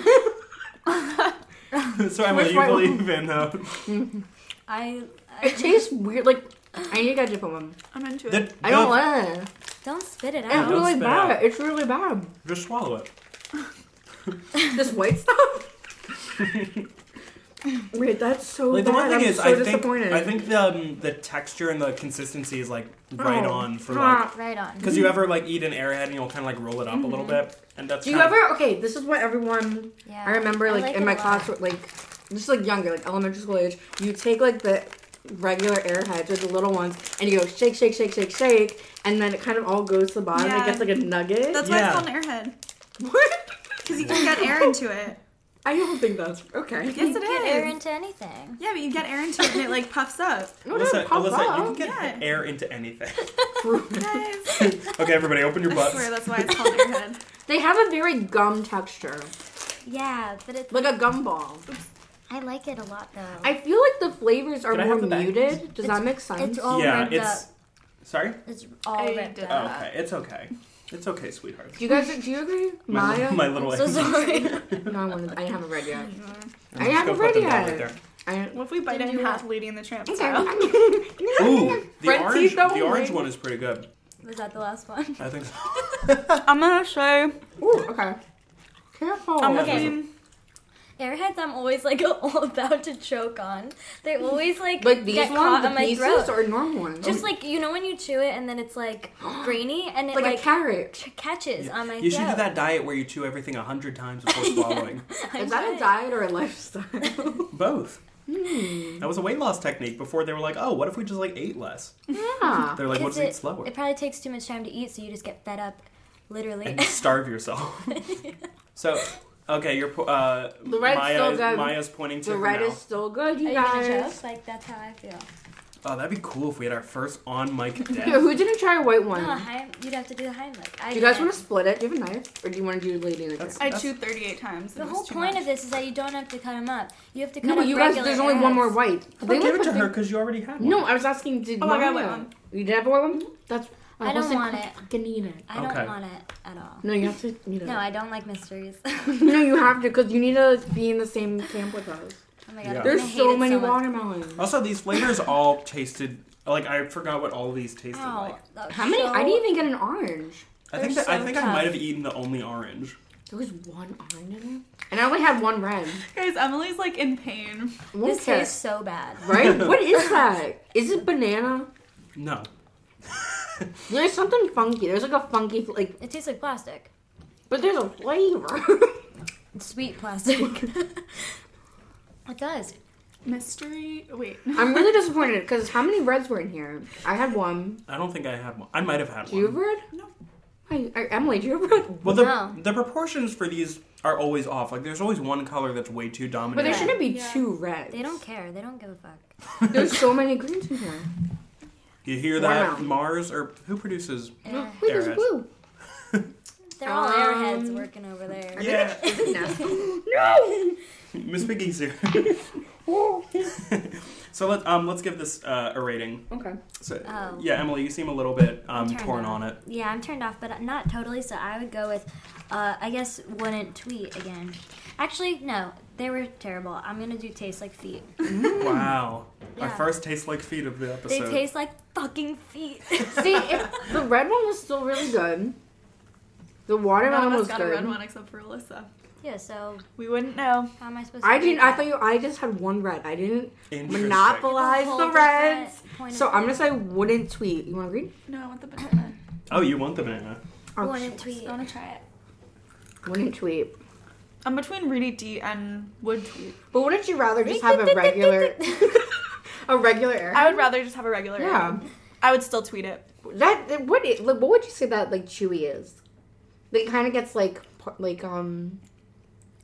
Speaker 1: so Emily,
Speaker 3: Which
Speaker 1: you
Speaker 3: white one?
Speaker 1: believe in? Uh,
Speaker 6: I,
Speaker 3: it
Speaker 6: I
Speaker 3: tastes weird. Like I need to get a different one.
Speaker 4: I'm into
Speaker 1: the-
Speaker 4: it.
Speaker 3: I don't
Speaker 1: the-
Speaker 3: want it.
Speaker 6: don't spit it out.
Speaker 3: It's
Speaker 1: don't
Speaker 3: really
Speaker 1: spit
Speaker 3: bad.
Speaker 1: out.
Speaker 3: It's really bad.
Speaker 1: Just swallow it.
Speaker 3: This white stuff. Wait, that's so
Speaker 1: Like the one
Speaker 3: bad.
Speaker 1: thing
Speaker 3: Oh, I'm
Speaker 1: is,
Speaker 3: so
Speaker 1: I think
Speaker 3: disappointed.
Speaker 1: I think the um, the texture and the consistency is like right
Speaker 3: Oh.
Speaker 1: on for
Speaker 3: Ah.
Speaker 1: like
Speaker 6: Right on.
Speaker 1: because you ever like eat an airhead and you'll kind of like roll it up a little bit, and that's
Speaker 3: Mm-hmm. Do you
Speaker 1: kind
Speaker 3: ever? Okay, this is what everyone
Speaker 6: Yeah.
Speaker 3: I remember like, in
Speaker 6: it
Speaker 3: my
Speaker 6: a lot.
Speaker 3: class, like just like younger, like elementary school age, you take like the regular airheads or the little ones, and you go shake, shake, shake, shake, shake, and then it kind of all goes to the bottom.
Speaker 4: Yeah.
Speaker 3: It gets like a nugget.
Speaker 4: That's
Speaker 1: Yeah.
Speaker 4: why it's called an airhead.
Speaker 3: what?
Speaker 4: Because you can get air into it.
Speaker 3: I don't think that's okay.
Speaker 4: Yes,
Speaker 6: You
Speaker 4: it
Speaker 6: get air
Speaker 4: is.
Speaker 6: into anything.
Speaker 4: Yeah, but you get air into it and it like puffs up.
Speaker 3: No,
Speaker 1: Alyssa,
Speaker 3: no, pop
Speaker 1: Alyssa, you can
Speaker 3: up.
Speaker 1: get
Speaker 4: Yeah.
Speaker 1: air into anything.
Speaker 4: Guys,
Speaker 1: okay, everybody, open your
Speaker 4: I
Speaker 1: butts.
Speaker 4: swear that's why it's called airhead.
Speaker 3: They have a very gum texture,
Speaker 6: Yeah, but it's
Speaker 3: like a gumball.
Speaker 6: I like it a lot though.
Speaker 3: I feel like the flavors are
Speaker 1: Can I
Speaker 3: more
Speaker 1: have the bag?
Speaker 3: muted. Does that make sense?
Speaker 6: it's all
Speaker 1: yeah,
Speaker 6: ripped
Speaker 1: it's
Speaker 6: up.
Speaker 1: sorry.
Speaker 6: It's all
Speaker 4: I
Speaker 6: ripped
Speaker 3: Uh,
Speaker 4: did
Speaker 6: up.
Speaker 1: Oh, okay, it's okay. It's okay, sweetheart.
Speaker 3: do you guys? Do you agree,
Speaker 1: My,
Speaker 3: Maya?
Speaker 1: my little.
Speaker 6: So sorry.
Speaker 3: no, I, wanted, I haven't read yet.
Speaker 1: Just
Speaker 3: I
Speaker 1: go
Speaker 3: haven't
Speaker 1: put
Speaker 3: read
Speaker 1: them down right
Speaker 3: yet.
Speaker 1: there.
Speaker 3: I,
Speaker 4: What if we bite it in half, Lady in the Oh. Tramp style?
Speaker 3: okay.
Speaker 1: Ooh, the
Speaker 3: Front
Speaker 1: orange,
Speaker 3: teeth don't
Speaker 1: the orange
Speaker 3: work.
Speaker 1: one is pretty good.
Speaker 6: Was that the last one?
Speaker 1: I think so.
Speaker 4: I'm gonna show
Speaker 3: Ooh, okay. Careful.
Speaker 4: I'm
Speaker 1: Yeah.
Speaker 4: looking.
Speaker 5: Airheads, I'm always like all about to choke on. They always like,
Speaker 3: like these
Speaker 5: get
Speaker 3: ones,
Speaker 5: caught
Speaker 3: the
Speaker 5: on my
Speaker 3: pieces
Speaker 5: throat.
Speaker 3: or normal ones.
Speaker 5: Just like you know when you chew it and then it's like grainy and it
Speaker 3: like,
Speaker 5: like,
Speaker 3: a carrot.
Speaker 5: c- catches on my
Speaker 1: You
Speaker 5: throat.
Speaker 1: should do that diet where you chew everything a hundred times before swallowing.
Speaker 5: I'm
Speaker 3: Is that a
Speaker 5: trying.
Speaker 3: diet or a lifestyle?
Speaker 1: Both.
Speaker 5: Hmm.
Speaker 1: That was a weight loss technique before they were like, oh, what if we just like ate less?
Speaker 3: yeah.
Speaker 1: They're like, what
Speaker 5: 'Cause
Speaker 1: if we
Speaker 5: it-
Speaker 1: eat slower?
Speaker 5: It probably takes too much time to eat, so you just get fed up, literally.
Speaker 1: and starve yourself. so, okay, you're po- uh,
Speaker 3: The red's
Speaker 1: Maya,
Speaker 3: still
Speaker 1: is-
Speaker 3: good.
Speaker 1: Maya's pointing to
Speaker 3: The
Speaker 1: her
Speaker 3: red
Speaker 1: mouth.
Speaker 3: is still good, you
Speaker 5: Are you gonna
Speaker 3: guys.
Speaker 5: choke? Like that's how I feel.
Speaker 1: Oh, that'd be cool if we had our first on mic
Speaker 3: Yeah,
Speaker 1: death.
Speaker 3: who didn't try a white
Speaker 5: No,
Speaker 3: one?
Speaker 5: Heim, you'd have to do the Heimlich. Ah, I
Speaker 3: Do you guys
Speaker 5: didn't.
Speaker 3: want to split it? Do you have a knife, or do you want to do lady in the
Speaker 1: That's-
Speaker 3: drink?
Speaker 4: I chewed 38 times.
Speaker 5: The whole point of this is that you don't have to cut them up. You have to cut
Speaker 3: No,
Speaker 5: them up.
Speaker 3: but you guys,
Speaker 5: regular
Speaker 3: there's only one more
Speaker 5: Arrowheads.
Speaker 3: white.
Speaker 1: But
Speaker 3: They
Speaker 1: give it
Speaker 3: look
Speaker 1: to
Speaker 3: like
Speaker 1: her
Speaker 3: they-
Speaker 1: because you already had one.
Speaker 3: No, I was asking. Did
Speaker 4: Oh, I
Speaker 3: Maya?
Speaker 4: got a white one.
Speaker 3: You did have a white one.
Speaker 1: Mm-hmm.
Speaker 3: That's.
Speaker 5: I
Speaker 3: whole
Speaker 5: don't
Speaker 3: thing
Speaker 5: want
Speaker 3: could
Speaker 5: it.
Speaker 3: Fucking eat it.
Speaker 5: I don't
Speaker 1: Okay.
Speaker 5: want it at all.
Speaker 3: No, you have to. You know.
Speaker 5: No, I don't like mysteries.
Speaker 3: no, you have to because you need to be in the same camp with us.
Speaker 5: Oh my god,
Speaker 1: Yeah.
Speaker 5: I'm
Speaker 3: There's
Speaker 5: gonna hate
Speaker 3: so
Speaker 5: it
Speaker 3: many
Speaker 5: much.
Speaker 3: watermelons.
Speaker 1: Also, these flavors all tasted like I forgot what all of these tasted like.
Speaker 5: Ow, that was
Speaker 3: How many?
Speaker 5: so-
Speaker 3: I didn't even get an orange.
Speaker 1: I think
Speaker 5: They're
Speaker 1: that, I
Speaker 5: so
Speaker 1: think I
Speaker 5: tough.
Speaker 1: might have eaten the only orange.
Speaker 3: There was one orange in there, and I only had one red.
Speaker 4: Guys, Emily's like in pain.
Speaker 3: One
Speaker 5: This
Speaker 3: kiss.
Speaker 5: tastes so bad.
Speaker 3: Right? What is that? Is it banana?
Speaker 1: No,
Speaker 3: There's something funky. There's like a funky fl- like,
Speaker 5: It tastes like plastic.
Speaker 3: but there's a flavor.
Speaker 5: Sweet plastic. it does.
Speaker 4: Mystery. Wait.
Speaker 3: I'm really disappointed because how many reds were in here? I had one.
Speaker 1: I don't think I had one. I might have had
Speaker 3: Do you have
Speaker 1: one.
Speaker 3: red? No. I, I, Emily, do you have red?
Speaker 1: Well, the
Speaker 5: No.
Speaker 1: the proportions for these are always off. Like, there's always one color that's way too dominant.
Speaker 3: But there
Speaker 5: Yeah.
Speaker 3: shouldn't be two reds.
Speaker 5: They don't care. They don't give a fuck.
Speaker 3: There's so many greens in here.
Speaker 1: You hear that?
Speaker 3: Wow.
Speaker 1: Mars or who produces?
Speaker 5: Yeah.
Speaker 3: Wait, there's
Speaker 1: Airheads.
Speaker 3: blue.
Speaker 5: Eh, They're all
Speaker 3: Um,
Speaker 5: airheads working over there.
Speaker 1: Yeah,
Speaker 3: No.
Speaker 1: Miss Piggy's here. so let um let's give this uh, a rating.
Speaker 3: Okay.
Speaker 1: So
Speaker 5: Oh.
Speaker 1: yeah, Emily, you seem a little bit um
Speaker 5: Turned
Speaker 1: torn
Speaker 5: off.
Speaker 1: on it.
Speaker 5: Yeah, I'm turned off, but not totally. So I would go with, uh, I guess, wouldn't tweet again. Actually, no, they were terrible. I'm gonna do taste like feet.
Speaker 1: Wow, our
Speaker 5: Yeah.
Speaker 1: first taste like feet of the
Speaker 5: They
Speaker 1: episode.
Speaker 5: taste like fucking feet.
Speaker 3: See, if the red one was still really good. The
Speaker 4: None
Speaker 3: watermelon
Speaker 4: of us
Speaker 3: was
Speaker 4: got
Speaker 3: good.
Speaker 4: a red one except for Alyssa.
Speaker 5: yeah. So
Speaker 4: We wouldn't know.
Speaker 5: how am I supposed to?
Speaker 3: I
Speaker 5: do
Speaker 3: didn't. I
Speaker 5: that?
Speaker 3: thought you. I just had one red. I didn't
Speaker 1: Interesting.
Speaker 3: monopolize
Speaker 5: Whole
Speaker 3: the
Speaker 5: different
Speaker 3: reds.
Speaker 5: point of
Speaker 3: So I'm
Speaker 5: view.
Speaker 3: gonna say wouldn't tweet. You want green?
Speaker 4: No, I want the banana.
Speaker 1: Oh, you want the banana?
Speaker 3: Oh,
Speaker 5: Wouldn't
Speaker 3: shit.
Speaker 5: tweet.
Speaker 4: I want to try it.
Speaker 3: Wouldn't tweet.
Speaker 4: I'm between Rudy D and Wood Tweet.
Speaker 3: But wouldn't you rather just have a regular, a regular air?
Speaker 4: I would rather just have a regular.
Speaker 3: Yeah.
Speaker 4: I would still tweet it.
Speaker 3: That that- what? It, like, what would you say that like chewy is? That kind of gets like par- like um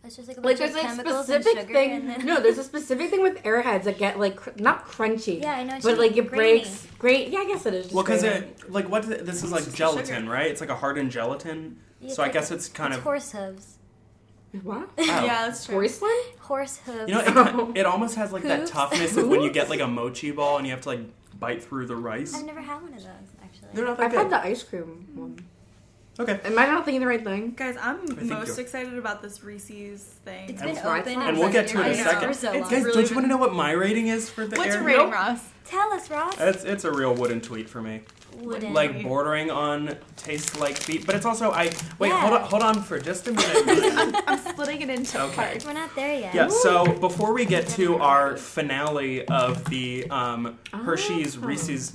Speaker 5: It's just like a
Speaker 3: like there's
Speaker 5: bunch of
Speaker 3: like
Speaker 5: chemicals and
Speaker 3: specific
Speaker 5: sugar
Speaker 3: thing.
Speaker 5: and then
Speaker 3: No, there's a specific thing with airheads that get like cr- not crunchy.
Speaker 5: Yeah, I know what
Speaker 3: But
Speaker 5: you
Speaker 3: like
Speaker 5: mean,
Speaker 3: it
Speaker 5: grainy.
Speaker 3: breaks. Great. Yeah, I guess it is. Just
Speaker 1: Well, because
Speaker 3: grainy.
Speaker 1: it like what this is like gelatin, right? It's like a hardened gelatin.
Speaker 5: Yeah, it's
Speaker 1: so I
Speaker 5: like-
Speaker 1: guess it's kind
Speaker 5: it's
Speaker 1: of
Speaker 5: horse hooves.
Speaker 3: what?
Speaker 1: wow.
Speaker 4: Yeah, that's true.
Speaker 3: Porcelain?
Speaker 5: Horse hooves.
Speaker 1: You know, it,
Speaker 3: Oh.
Speaker 1: ki- it almost has like that
Speaker 5: Hoops.
Speaker 1: toughness of when you get like a mochi ball and you have to like bite through the rice.
Speaker 5: I've never had one of those actually.
Speaker 1: They're not that
Speaker 3: I've
Speaker 1: good.
Speaker 3: had the ice cream one.
Speaker 1: Okay.
Speaker 3: Am I not thinking the right thing?
Speaker 4: Guys, I'm
Speaker 1: think
Speaker 4: most
Speaker 1: you're-
Speaker 4: excited about this Reese's thing.
Speaker 5: It's
Speaker 1: And
Speaker 5: been
Speaker 3: it's right
Speaker 5: open.
Speaker 3: side.
Speaker 1: And we'll get to it in a
Speaker 4: I know.
Speaker 1: second.
Speaker 5: For so
Speaker 4: It's
Speaker 5: long.
Speaker 1: Guys,
Speaker 4: really
Speaker 1: don't you want to
Speaker 4: good.
Speaker 1: know what my rating is for the
Speaker 4: What's
Speaker 1: air?
Speaker 4: your rating, Ross?
Speaker 5: Tell us, Ross.
Speaker 1: It's it's a real wooden tweet for me.
Speaker 5: Wooden.
Speaker 1: Like bordering on taste like feet, but it's also I wait
Speaker 5: Yeah.
Speaker 1: hold on hold on for just a minute.
Speaker 4: I'm splitting it into
Speaker 1: Okay.
Speaker 4: parts.
Speaker 5: We're not there yet.
Speaker 1: yeah. So before we get to our finale of the um, Hershey's Reese's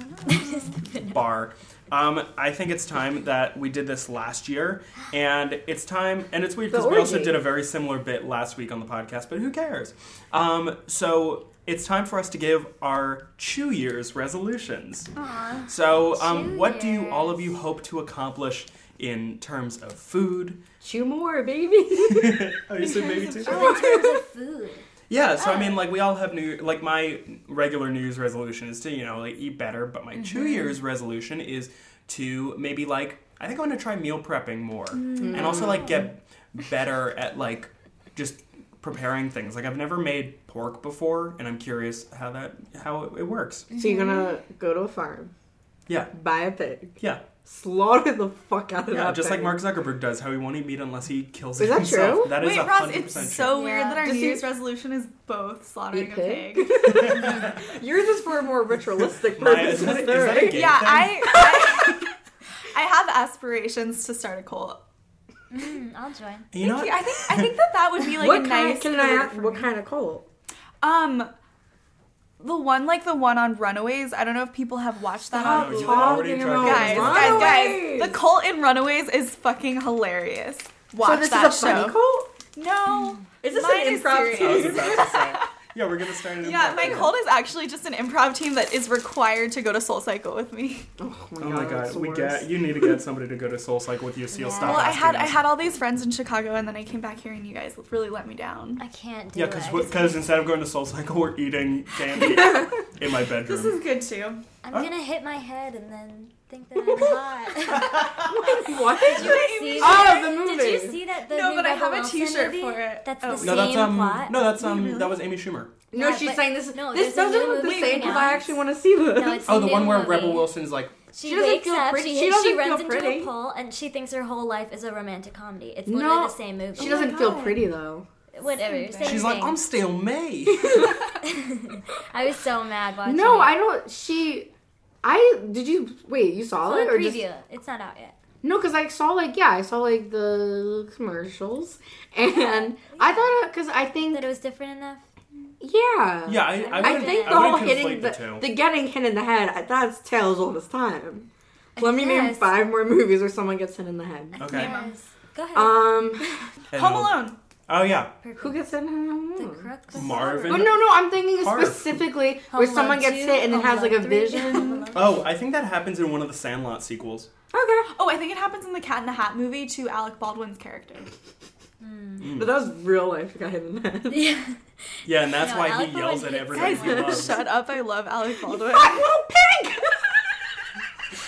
Speaker 1: bar. Um, I think it's time that we did this last year, and it's time, and it's weird
Speaker 3: The
Speaker 1: because we also
Speaker 3: orgy.
Speaker 1: did a very similar bit last week on the podcast, but who cares? Um, so it's time for us to give our two years resolutions. So, um,
Speaker 5: Two
Speaker 1: what do you all of
Speaker 5: years.
Speaker 1: you hope to accomplish in terms of food?
Speaker 3: Chew more, baby.
Speaker 1: Oh, you said maybe two.
Speaker 5: Oh, in terms of food.
Speaker 1: Yeah, so I
Speaker 3: Oh.
Speaker 1: mean, like we all have new, like my regular New Year's resolution is to you know like eat better, but my two
Speaker 3: Mm-hmm.
Speaker 1: years resolution is to maybe like I think I'm gonna try meal prepping more, and also like get
Speaker 3: Mm.
Speaker 1: better at like just preparing things. Like I've never made pork before, and I'm curious how that how it, it works.
Speaker 3: so you're gonna go to a farm,
Speaker 1: Yeah,
Speaker 3: buy a pig,
Speaker 1: yeah,
Speaker 3: slaughter the fuck out of
Speaker 1: yeah.
Speaker 3: that
Speaker 1: Just like
Speaker 3: pig.
Speaker 1: Mark Zuckerberg does, how he won't eat meat unless he kills
Speaker 3: Is that
Speaker 1: himself.
Speaker 3: true?
Speaker 1: That is
Speaker 4: Wait, Ross,
Speaker 1: 100%
Speaker 4: it's
Speaker 1: true.
Speaker 4: so weird
Speaker 5: Yeah.
Speaker 4: that our
Speaker 3: Does
Speaker 4: New
Speaker 3: he-
Speaker 4: Year's resolution is both slaughtering
Speaker 3: Eat
Speaker 4: a
Speaker 3: pig?
Speaker 4: pig.
Speaker 3: Yours is for a more ritualistic
Speaker 1: Maya, is
Speaker 3: purpose.
Speaker 1: that, is that a gay
Speaker 4: yeah,
Speaker 1: thing?
Speaker 4: I, I I have aspirations to start a cult.
Speaker 5: Mm, I'll join.
Speaker 1: You know,
Speaker 4: I
Speaker 1: what?
Speaker 4: think I think that that would be like
Speaker 3: what
Speaker 4: a
Speaker 3: kind?
Speaker 4: nice.
Speaker 3: can I
Speaker 4: career
Speaker 3: ask?
Speaker 4: for
Speaker 3: What
Speaker 4: me.
Speaker 3: kind of cult?
Speaker 4: Um, the one like the one on Runaways. I don't know if people have watched that.
Speaker 1: Stop
Speaker 4: on
Speaker 1: No, Oh, you already
Speaker 3: talking
Speaker 1: tried
Speaker 3: about
Speaker 1: to-
Speaker 4: guys, guys, guys,
Speaker 3: Runaways.
Speaker 4: the cult in Runaways is fucking hilarious. Watch
Speaker 3: So this
Speaker 4: that
Speaker 3: is a funny
Speaker 4: show.
Speaker 3: cult.
Speaker 4: No,
Speaker 3: Is this
Speaker 4: Mine
Speaker 3: an
Speaker 4: is
Speaker 3: improv
Speaker 4: serious.
Speaker 1: I was
Speaker 3: team?
Speaker 1: about to say. Yeah, we're gonna start it.
Speaker 4: yeah, my cult is actually just an improv team that is required to go to Soul Cycle with me.
Speaker 3: Oh my
Speaker 1: Oh my
Speaker 3: god, that's
Speaker 1: god,
Speaker 3: the
Speaker 1: we
Speaker 3: worst.
Speaker 1: get you need to get somebody to go to Soul Cycle with you, so you'll
Speaker 5: Yeah.
Speaker 1: stop.
Speaker 4: Well, I had I
Speaker 1: asking
Speaker 4: had all these friends in Chicago, and then I came back here, and you guys really let me down.
Speaker 5: I can't
Speaker 1: us.
Speaker 5: do
Speaker 1: Yeah,
Speaker 5: it.
Speaker 1: because
Speaker 5: I just-
Speaker 1: instead of going to Soul Cycle, we're eating candy in my bedroom.
Speaker 4: This is good too.
Speaker 5: I'm gonna hit my head and then think that I'm hot.
Speaker 3: what?
Speaker 5: See
Speaker 3: Oh,
Speaker 1: Ah,
Speaker 5: that?
Speaker 3: the movie.
Speaker 5: Did you see that? The
Speaker 4: No,
Speaker 5: new
Speaker 4: but I have
Speaker 5: Rebel
Speaker 4: a
Speaker 5: Wilson
Speaker 4: t-shirt
Speaker 5: movie?
Speaker 4: for it.
Speaker 5: That's
Speaker 4: Oh.
Speaker 5: the
Speaker 4: No,
Speaker 5: same
Speaker 1: no, that's um,
Speaker 5: plot.
Speaker 1: no, that's um, that was Amy Schumer.
Speaker 3: No,
Speaker 5: Yeah,
Speaker 3: she's
Speaker 5: but-
Speaker 3: saying this.
Speaker 5: no,
Speaker 3: this
Speaker 5: there's a
Speaker 3: doesn't
Speaker 5: new
Speaker 3: look the
Speaker 5: movie
Speaker 3: same because
Speaker 5: now.
Speaker 3: I actually want to see this.
Speaker 5: No, it's
Speaker 1: Oh, the
Speaker 5: new
Speaker 1: one where
Speaker 5: movie.
Speaker 1: Rebel Wilson's like,
Speaker 5: She,
Speaker 3: She doesn't
Speaker 5: wakes
Speaker 3: feel
Speaker 5: up,
Speaker 3: pretty.
Speaker 5: she,
Speaker 3: She
Speaker 5: hits-
Speaker 3: doesn't
Speaker 5: she
Speaker 3: feel
Speaker 5: runs into
Speaker 3: pretty.
Speaker 5: a pole, and she thinks her whole life is a romantic comedy. It's
Speaker 3: No,
Speaker 5: literally the same movie.
Speaker 3: she doesn't feel pretty though.
Speaker 5: Whatever. Same
Speaker 1: she's
Speaker 5: thing.
Speaker 1: like, I'm still me.
Speaker 5: I was so mad watching.
Speaker 3: No,
Speaker 5: it.
Speaker 3: I don't. She. I did you wait? You saw
Speaker 5: Well,
Speaker 3: it
Speaker 5: a
Speaker 3: or
Speaker 5: preview.
Speaker 3: just
Speaker 5: It's not out yet.
Speaker 3: no? Because I saw like yeah, I saw like the commercials, and I thought because I think
Speaker 5: That it was different enough.
Speaker 3: yeah,
Speaker 1: yeah, I, I,
Speaker 3: I
Speaker 1: wouldn't-
Speaker 3: think
Speaker 1: I
Speaker 3: the whole
Speaker 1: wouldn't
Speaker 3: hitting
Speaker 1: conflate the,
Speaker 3: the,
Speaker 1: two.
Speaker 3: the, getting hit in the head I- that's Tails oldest time. Let me name
Speaker 5: guess.
Speaker 3: five more movies where someone gets hit in the head.
Speaker 1: okay.
Speaker 5: Yes. Go ahead.
Speaker 3: Um,
Speaker 1: And,
Speaker 4: Home
Speaker 1: uh,
Speaker 4: Alone.
Speaker 1: Oh yeah,
Speaker 5: Perfect.
Speaker 3: who gets hit in the head? Hmm.
Speaker 5: The crux of
Speaker 1: Marvin.
Speaker 3: But no, no, I'm thinking
Speaker 1: Harp.
Speaker 3: specifically
Speaker 5: Home
Speaker 3: where
Speaker 5: Alone
Speaker 3: someone gets
Speaker 5: 2,
Speaker 3: hit and then
Speaker 5: Home
Speaker 3: has like a
Speaker 5: Alone 3,
Speaker 3: vision.
Speaker 5: Home Alone-
Speaker 1: Oh, I think that happens in one of the Sandlot sequels.
Speaker 3: Okay,
Speaker 4: Oh, I think it happens in the Cat in the Hat movie to Alec Baldwin's character.
Speaker 1: Hmm.
Speaker 3: but that was real life guy in the head.
Speaker 5: Yeah.
Speaker 1: Yeah, and that's
Speaker 5: No,
Speaker 1: why
Speaker 5: Alec
Speaker 1: he yells at
Speaker 5: Baldwin
Speaker 1: everybody
Speaker 4: Guys,
Speaker 1: he loves.
Speaker 4: shut up! I love Alec Baldwin.
Speaker 3: Little pig.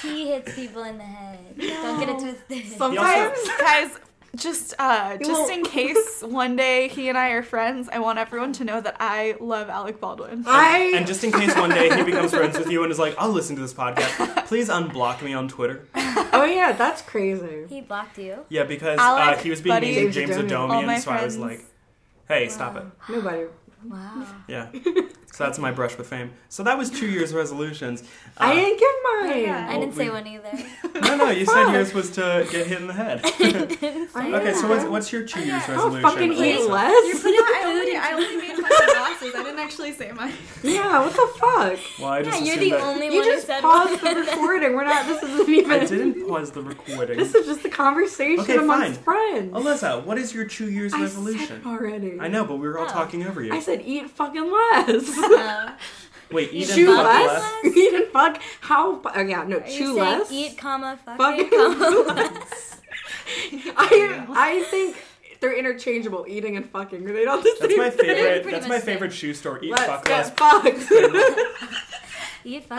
Speaker 5: He hits people in the head. Don't get it twisted.
Speaker 1: He
Speaker 3: Sometimes.
Speaker 1: also,
Speaker 4: Guys, just uh, just
Speaker 3: won't-
Speaker 4: in case one day he and I are friends, I want everyone to know that I love Alec Baldwin.
Speaker 3: I
Speaker 1: and just in case one day he becomes friends with you and is like, I'll listen to this podcast. Please unblock me on Twitter.
Speaker 3: oh yeah, that's crazy.
Speaker 5: he blocked you.
Speaker 1: Yeah, because
Speaker 4: Alec,
Speaker 1: uh, he was being
Speaker 4: Buddy,
Speaker 1: named James
Speaker 3: James Adomian,
Speaker 4: all
Speaker 1: Adomian,
Speaker 4: my
Speaker 1: so I was
Speaker 4: friends.
Speaker 1: like, hey, stop it.
Speaker 3: Nobody.
Speaker 5: Wow.
Speaker 1: Yeah. So that's my brush with fame. So that was two years resolutions. Uh,
Speaker 3: I didn't give mine.
Speaker 4: yeah.
Speaker 5: I didn't say
Speaker 1: we-
Speaker 5: one either.
Speaker 1: No, no, you said yours was to get hit in the head.
Speaker 3: I
Speaker 1: okay, so
Speaker 3: didn't.
Speaker 1: what's, what's your two years
Speaker 3: Oh,
Speaker 1: resolution?
Speaker 3: fucking eat
Speaker 1: Alyssa?
Speaker 3: less?
Speaker 4: I, only, I only made my glasses. I didn't actually say mine.
Speaker 3: Yeah, what the fuck?
Speaker 1: Well, I
Speaker 5: Yeah,
Speaker 1: just
Speaker 5: you're
Speaker 1: assumed
Speaker 5: the
Speaker 1: that-
Speaker 5: only
Speaker 3: You
Speaker 5: one who
Speaker 3: just
Speaker 5: said
Speaker 3: paused the recording. We're not, this isn't even.
Speaker 1: I didn't pause the recording.
Speaker 3: This is just a conversation
Speaker 1: Okay,
Speaker 3: amongst
Speaker 1: fine.
Speaker 3: friends.
Speaker 1: Alyssa, what is your two years
Speaker 3: I said
Speaker 1: resolution?
Speaker 3: it already.
Speaker 1: I know, but we were all
Speaker 5: Oh.
Speaker 1: talking over you.
Speaker 3: I said eat fucking less.
Speaker 5: No.
Speaker 1: Wait, eat
Speaker 3: chew
Speaker 1: and fuck
Speaker 3: less?
Speaker 1: less?
Speaker 3: Eat and fuck? How? fu- Oh, yeah, no,
Speaker 5: Are
Speaker 3: chew
Speaker 5: you
Speaker 3: less.
Speaker 5: saying eat, comma, fucking,
Speaker 3: Fucking
Speaker 5: comma,
Speaker 3: I, I think they're interchangeable, eating and fucking. Are they not the
Speaker 1: That's
Speaker 3: same
Speaker 1: my
Speaker 3: thing?
Speaker 1: favorite.
Speaker 5: pretty
Speaker 1: That's my
Speaker 5: much
Speaker 1: favorite shoe store. Eat
Speaker 3: Let's
Speaker 1: fuck less.
Speaker 3: get fucked.
Speaker 5: eat fucking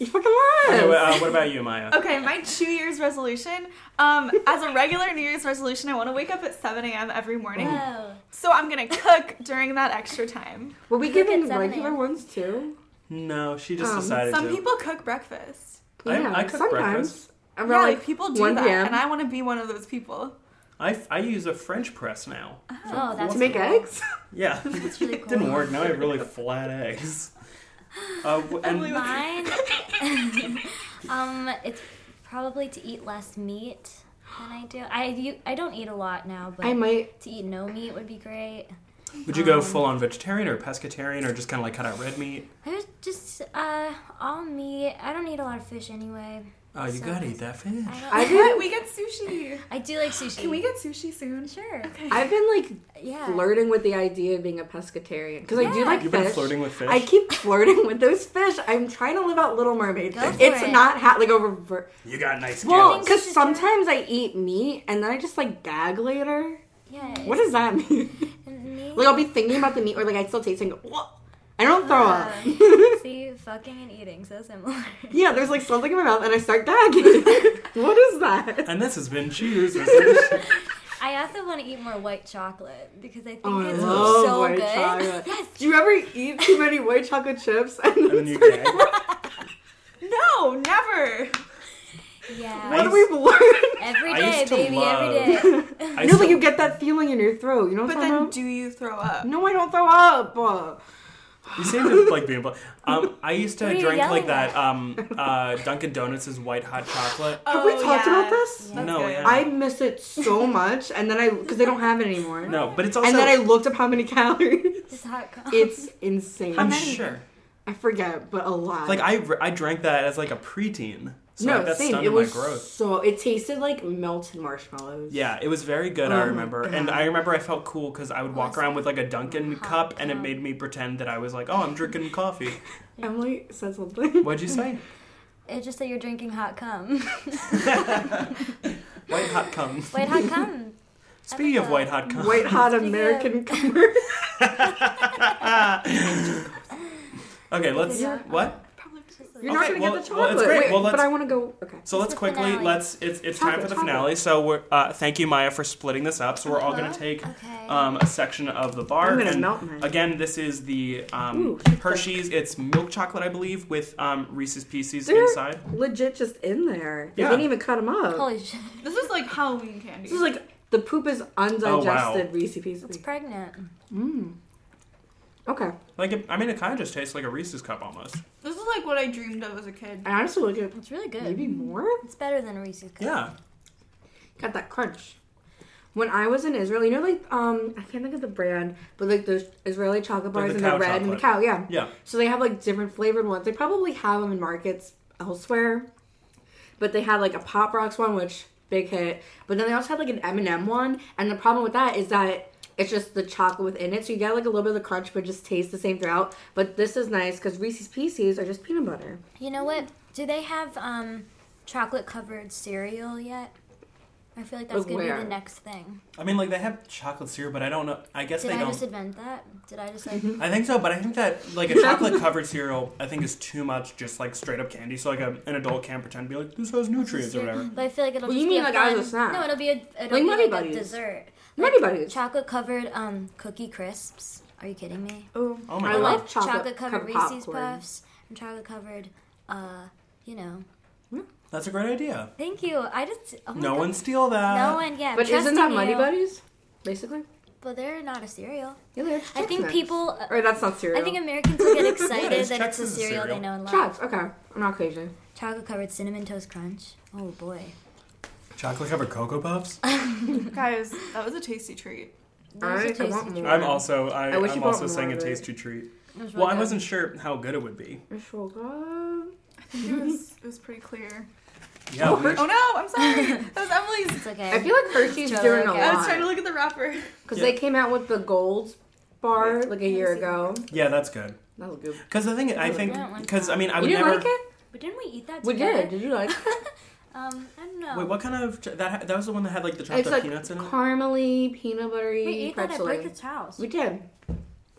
Speaker 3: you fucking less.
Speaker 1: Anyway, uh, what about you, Maya?
Speaker 4: Okay, my two years resolution. Um, as a regular New Year's resolution, I want to wake up at 7 a.m. every morning.
Speaker 5: Whoa.
Speaker 4: So I'm gonna cook during that extra time.
Speaker 3: Were we
Speaker 5: Look at
Speaker 3: giving
Speaker 5: seven
Speaker 3: regular
Speaker 5: a.m. ones,
Speaker 3: ones too?
Speaker 1: No, she just
Speaker 3: Um,
Speaker 1: decided
Speaker 4: Some
Speaker 1: to.
Speaker 4: people cook breakfast.
Speaker 1: I- I cook breakfast.
Speaker 3: Around
Speaker 4: Yeah,
Speaker 3: like
Speaker 4: like people do
Speaker 3: 1
Speaker 4: that,
Speaker 3: p.m.
Speaker 4: and I want to be one of those people.
Speaker 1: I, I use a French press now.
Speaker 5: Oh, that's
Speaker 3: to make
Speaker 5: cool.
Speaker 3: eggs.
Speaker 1: Yeah,
Speaker 5: That's really cool.
Speaker 1: didn't work. Now I have really flat eggs. Uh, w- and
Speaker 5: Mine, um, it's probably to eat less meat than I do. I you, I don't eat a lot now, but
Speaker 3: I might.
Speaker 5: to eat no meat would be great.
Speaker 1: would you
Speaker 5: Um,
Speaker 1: go full on vegetarian or pescatarian or just kind of like cut out red meat?
Speaker 5: I was just uh all meat. I don't eat a lot of fish anyway.
Speaker 1: Oh, you gotta eat that fish.
Speaker 5: I
Speaker 3: I
Speaker 5: don't. I,
Speaker 4: But
Speaker 3: did.
Speaker 4: we get sushi.
Speaker 5: do like sushi.
Speaker 4: Can we get sushi soon?
Speaker 5: Sure.
Speaker 3: I've been like
Speaker 5: Yeah.
Speaker 3: flirting with the idea of being a pescatarian because I do like
Speaker 1: You've
Speaker 3: fish.
Speaker 1: been flirting with fish.
Speaker 3: I keep flirting with those fish. I'm trying to live out Little Mermaid.
Speaker 5: Go for
Speaker 3: it's
Speaker 5: it.
Speaker 3: not ha- like a rever-
Speaker 1: you got nice
Speaker 3: well
Speaker 1: gills.
Speaker 3: because
Speaker 5: should
Speaker 3: sometimes I eat meat and then I just like gag later.
Speaker 5: Yeah.
Speaker 3: What does that mean?
Speaker 5: Meat.
Speaker 3: like I'll be thinking about the meat or like I still taste it and go, "Whoa." I don't throw up.
Speaker 5: See, fucking and eating so similar.
Speaker 3: Yeah, there's like something in my mouth and I start gagging. what is that?
Speaker 1: And this has been Cheers. Resolution.
Speaker 5: I also want to eat more white chocolate because I think
Speaker 3: Oh, I
Speaker 5: it's
Speaker 3: love
Speaker 5: so
Speaker 3: white
Speaker 5: good.
Speaker 3: chocolate.
Speaker 5: Yes.
Speaker 3: Do you ever eat too many white chocolate chips and then,
Speaker 1: and then you
Speaker 3: start-
Speaker 1: gag.
Speaker 4: No, never.
Speaker 5: Yeah.
Speaker 1: I-
Speaker 3: what do we've learned?
Speaker 5: Every
Speaker 1: I
Speaker 5: day,
Speaker 1: used to
Speaker 5: baby,
Speaker 1: love-
Speaker 5: every day.
Speaker 1: I
Speaker 3: no,
Speaker 1: still-
Speaker 3: but you get that feeling in your throat. You know what
Speaker 4: But
Speaker 3: I'm talking
Speaker 4: then,
Speaker 3: about?
Speaker 4: do you throw up?
Speaker 3: No, I don't throw up.
Speaker 1: You seem to like being. Bl- um, I used to
Speaker 5: What are you
Speaker 1: drink like
Speaker 5: yelling
Speaker 1: that. Um, uh, Dunkin' Donuts' white hot chocolate.
Speaker 3: Have we
Speaker 4: Oh,
Speaker 3: talked
Speaker 4: yeah.
Speaker 3: about this?
Speaker 4: That's
Speaker 1: No,
Speaker 4: good.
Speaker 1: yeah.
Speaker 3: I miss it so much, and then I because they don't have it anymore.
Speaker 1: No, but it's also.
Speaker 3: and then I looked up how many calories.
Speaker 5: This hot co-
Speaker 3: It's insane.
Speaker 1: I'm sure.
Speaker 3: I forget, but a lot.
Speaker 1: Like I, re- I drank that as like a preteen. So
Speaker 3: no,
Speaker 1: like, that
Speaker 3: same.
Speaker 1: stunted
Speaker 3: It was
Speaker 1: my growth.
Speaker 3: so. It tasted like melted marshmallows.
Speaker 1: Yeah, it was very good. I
Speaker 3: Oh my
Speaker 1: remember,
Speaker 3: God.
Speaker 1: and I remember I felt cool because I would walk
Speaker 5: Awesome.
Speaker 1: around with like a Dunkin'
Speaker 5: Hot
Speaker 1: cup, and it
Speaker 5: cup.
Speaker 1: made me pretend that I was like, "Oh, I'm drinking coffee."
Speaker 3: Emily said something.
Speaker 1: What'd you say?
Speaker 5: It's just that you're drinking hot cum.
Speaker 1: White hot cum.
Speaker 5: White hot cum.
Speaker 1: Speaking of
Speaker 5: Emma.
Speaker 1: white hot cum,
Speaker 3: White hot
Speaker 5: Speaking of-
Speaker 3: American commercial.
Speaker 1: okay, let's
Speaker 5: Yeah.
Speaker 1: what?
Speaker 3: You're not
Speaker 1: Okay,
Speaker 3: gonna
Speaker 1: well-
Speaker 3: get the
Speaker 1: well,
Speaker 3: chocolate.
Speaker 1: it's great.
Speaker 3: Wait,
Speaker 1: Well,
Speaker 3: but
Speaker 1: let's-
Speaker 3: I want to go. Okay.
Speaker 1: So let's
Speaker 5: the
Speaker 1: quickly
Speaker 5: finale.
Speaker 1: let's it's it's time
Speaker 3: Chocolate,
Speaker 1: for the
Speaker 3: chocolate.
Speaker 1: finale. So we're uh, thank you Maya for splitting this up. So we're all gonna take
Speaker 5: Okay.
Speaker 1: um, a section of the bar.
Speaker 3: I'm gonna
Speaker 1: and
Speaker 3: melt mine.
Speaker 1: Mm-hmm. Again, this is the um,
Speaker 3: Ooh, it's
Speaker 1: Hershey's. It's milk chocolate, I believe, with um, Reese's Pieces
Speaker 3: They're
Speaker 1: inside.
Speaker 3: legit just in there. They
Speaker 1: Yeah.
Speaker 3: didn't even cut them up.
Speaker 5: Holy shit.
Speaker 4: This is like Halloween candy.
Speaker 3: This is like the poop
Speaker 1: Oh,
Speaker 3: is undigested Reese's
Speaker 5: It's
Speaker 3: Pieces.
Speaker 5: pregnant.
Speaker 3: Mm. Okay.
Speaker 1: Like, it, I mean, it kind of just tastes like a Reese's cup almost.
Speaker 4: This is like what I dreamed of as a kid.
Speaker 3: I honestly look at
Speaker 5: It's really good.
Speaker 3: maybe more.
Speaker 5: It's better than a Reese's cup.
Speaker 1: Yeah.
Speaker 3: Got that crunch. When I was in Israel, you know, like um, I can't think of the brand, but like those Israeli
Speaker 1: Like
Speaker 3: chocolate bars
Speaker 1: the
Speaker 3: and
Speaker 1: cow
Speaker 3: the red and the
Speaker 1: chocolate.
Speaker 3: cow, yeah.
Speaker 1: Yeah.
Speaker 3: So they have like different flavored ones. They probably have them in markets elsewhere, but they had like a Pop Rocks one, which big hit. But then they also had like an M and m one, and the problem with that is that it's just the chocolate within it, so you get like a little bit of the crunch, but it just tastes the same throughout. But this is nice because Reese's Pieces are just peanut butter.
Speaker 5: You know what? Do they have um, chocolate covered cereal yet? I feel like that's
Speaker 3: Like
Speaker 5: gonna
Speaker 3: where?
Speaker 5: be the next thing.
Speaker 1: I mean, like they have chocolate syrup, but I don't know. I guess
Speaker 5: Did
Speaker 1: they
Speaker 5: I
Speaker 1: don't.
Speaker 5: just invent that? Did I just like?
Speaker 1: I think so, but I think that like a chocolate covered cereal, I think is too much. Just like straight up candy, so like a, an adult can't pretend to be like this has nutrients or whatever.
Speaker 5: But I feel like it'll
Speaker 3: Well,
Speaker 5: just
Speaker 3: you
Speaker 5: be
Speaker 3: mean
Speaker 5: a
Speaker 3: like
Speaker 5: fun,
Speaker 3: as a snack.
Speaker 5: No, it'll be a it'll
Speaker 3: Like
Speaker 5: be
Speaker 3: Nutty
Speaker 5: like
Speaker 3: Buddies.
Speaker 5: a dessert.
Speaker 3: Nutty
Speaker 5: Like
Speaker 3: Buddies.
Speaker 5: Chocolate covered um cookie crisps. Are you kidding me?
Speaker 3: Oh,
Speaker 1: Oh my
Speaker 3: I
Speaker 1: God.
Speaker 3: love chocolate,
Speaker 5: covered
Speaker 3: cup
Speaker 5: Reese's
Speaker 3: popcorn.
Speaker 5: puffs and chocolate covered uh you know.
Speaker 1: That's a great idea.
Speaker 5: Thank you. I just oh my
Speaker 1: no
Speaker 5: God.
Speaker 1: one steal that.
Speaker 5: No one yeah.
Speaker 3: But isn't that Muddy
Speaker 5: money,
Speaker 3: Buddies? Basically,
Speaker 5: But they're not a cereal.
Speaker 3: yeah, they're
Speaker 5: I
Speaker 3: Chex
Speaker 5: think
Speaker 3: Mix.
Speaker 5: people uh,
Speaker 3: Or that's not cereal.
Speaker 5: I think Americans will get excited
Speaker 1: it's
Speaker 5: that it's
Speaker 1: Chex
Speaker 5: a
Speaker 1: is a
Speaker 5: cereal,
Speaker 1: cereal.
Speaker 5: they know and love.
Speaker 3: Chops. Okay, I'm not crazy.
Speaker 5: Chocolate covered cinnamon toast crunch. Oh boy.
Speaker 1: Chocolate covered cocoa puffs.
Speaker 4: Guys, that was a tasty treat.
Speaker 5: Those are
Speaker 3: I- I
Speaker 5: tasty
Speaker 3: want
Speaker 5: treats.
Speaker 3: more.
Speaker 1: I'm also I,
Speaker 3: I wish
Speaker 1: I'm
Speaker 3: you bought
Speaker 1: also
Speaker 3: more
Speaker 1: saying a
Speaker 3: of it.
Speaker 1: tasty treat.
Speaker 5: It was
Speaker 1: Well, I
Speaker 5: really
Speaker 1: wasn't sure how good it would be.
Speaker 3: Sugar.
Speaker 4: I think it was it was pretty clear.
Speaker 1: Yeah, we-
Speaker 4: Oh no, I'm sorry. That was Emily's.
Speaker 5: good. It's okay.
Speaker 3: I feel like Hershey's
Speaker 5: Joe,
Speaker 3: doing a
Speaker 5: okay.
Speaker 4: I was trying to
Speaker 3: lot
Speaker 4: look at the wrapper.
Speaker 3: because
Speaker 1: Yeah.
Speaker 3: they came out with the gold bar like a year ago.
Speaker 1: yeah, that's good.
Speaker 3: That was good.
Speaker 1: Because the thing I think,
Speaker 5: that one's
Speaker 1: because I mean, I
Speaker 3: you
Speaker 1: would
Speaker 3: didn't
Speaker 1: never.
Speaker 3: like it?
Speaker 5: but didn't we eat that
Speaker 3: We
Speaker 5: together?
Speaker 3: did. Did you like? it?
Speaker 5: Um, I don't know.
Speaker 1: Wait, what kind of ch- that? ha- That was the one that had like the chocolate
Speaker 3: it's like
Speaker 1: peanuts in it.
Speaker 3: caramely, peanut
Speaker 5: We
Speaker 3: buttery,
Speaker 5: ate that at
Speaker 3: pretzel.
Speaker 5: Bridget's house.
Speaker 3: We did.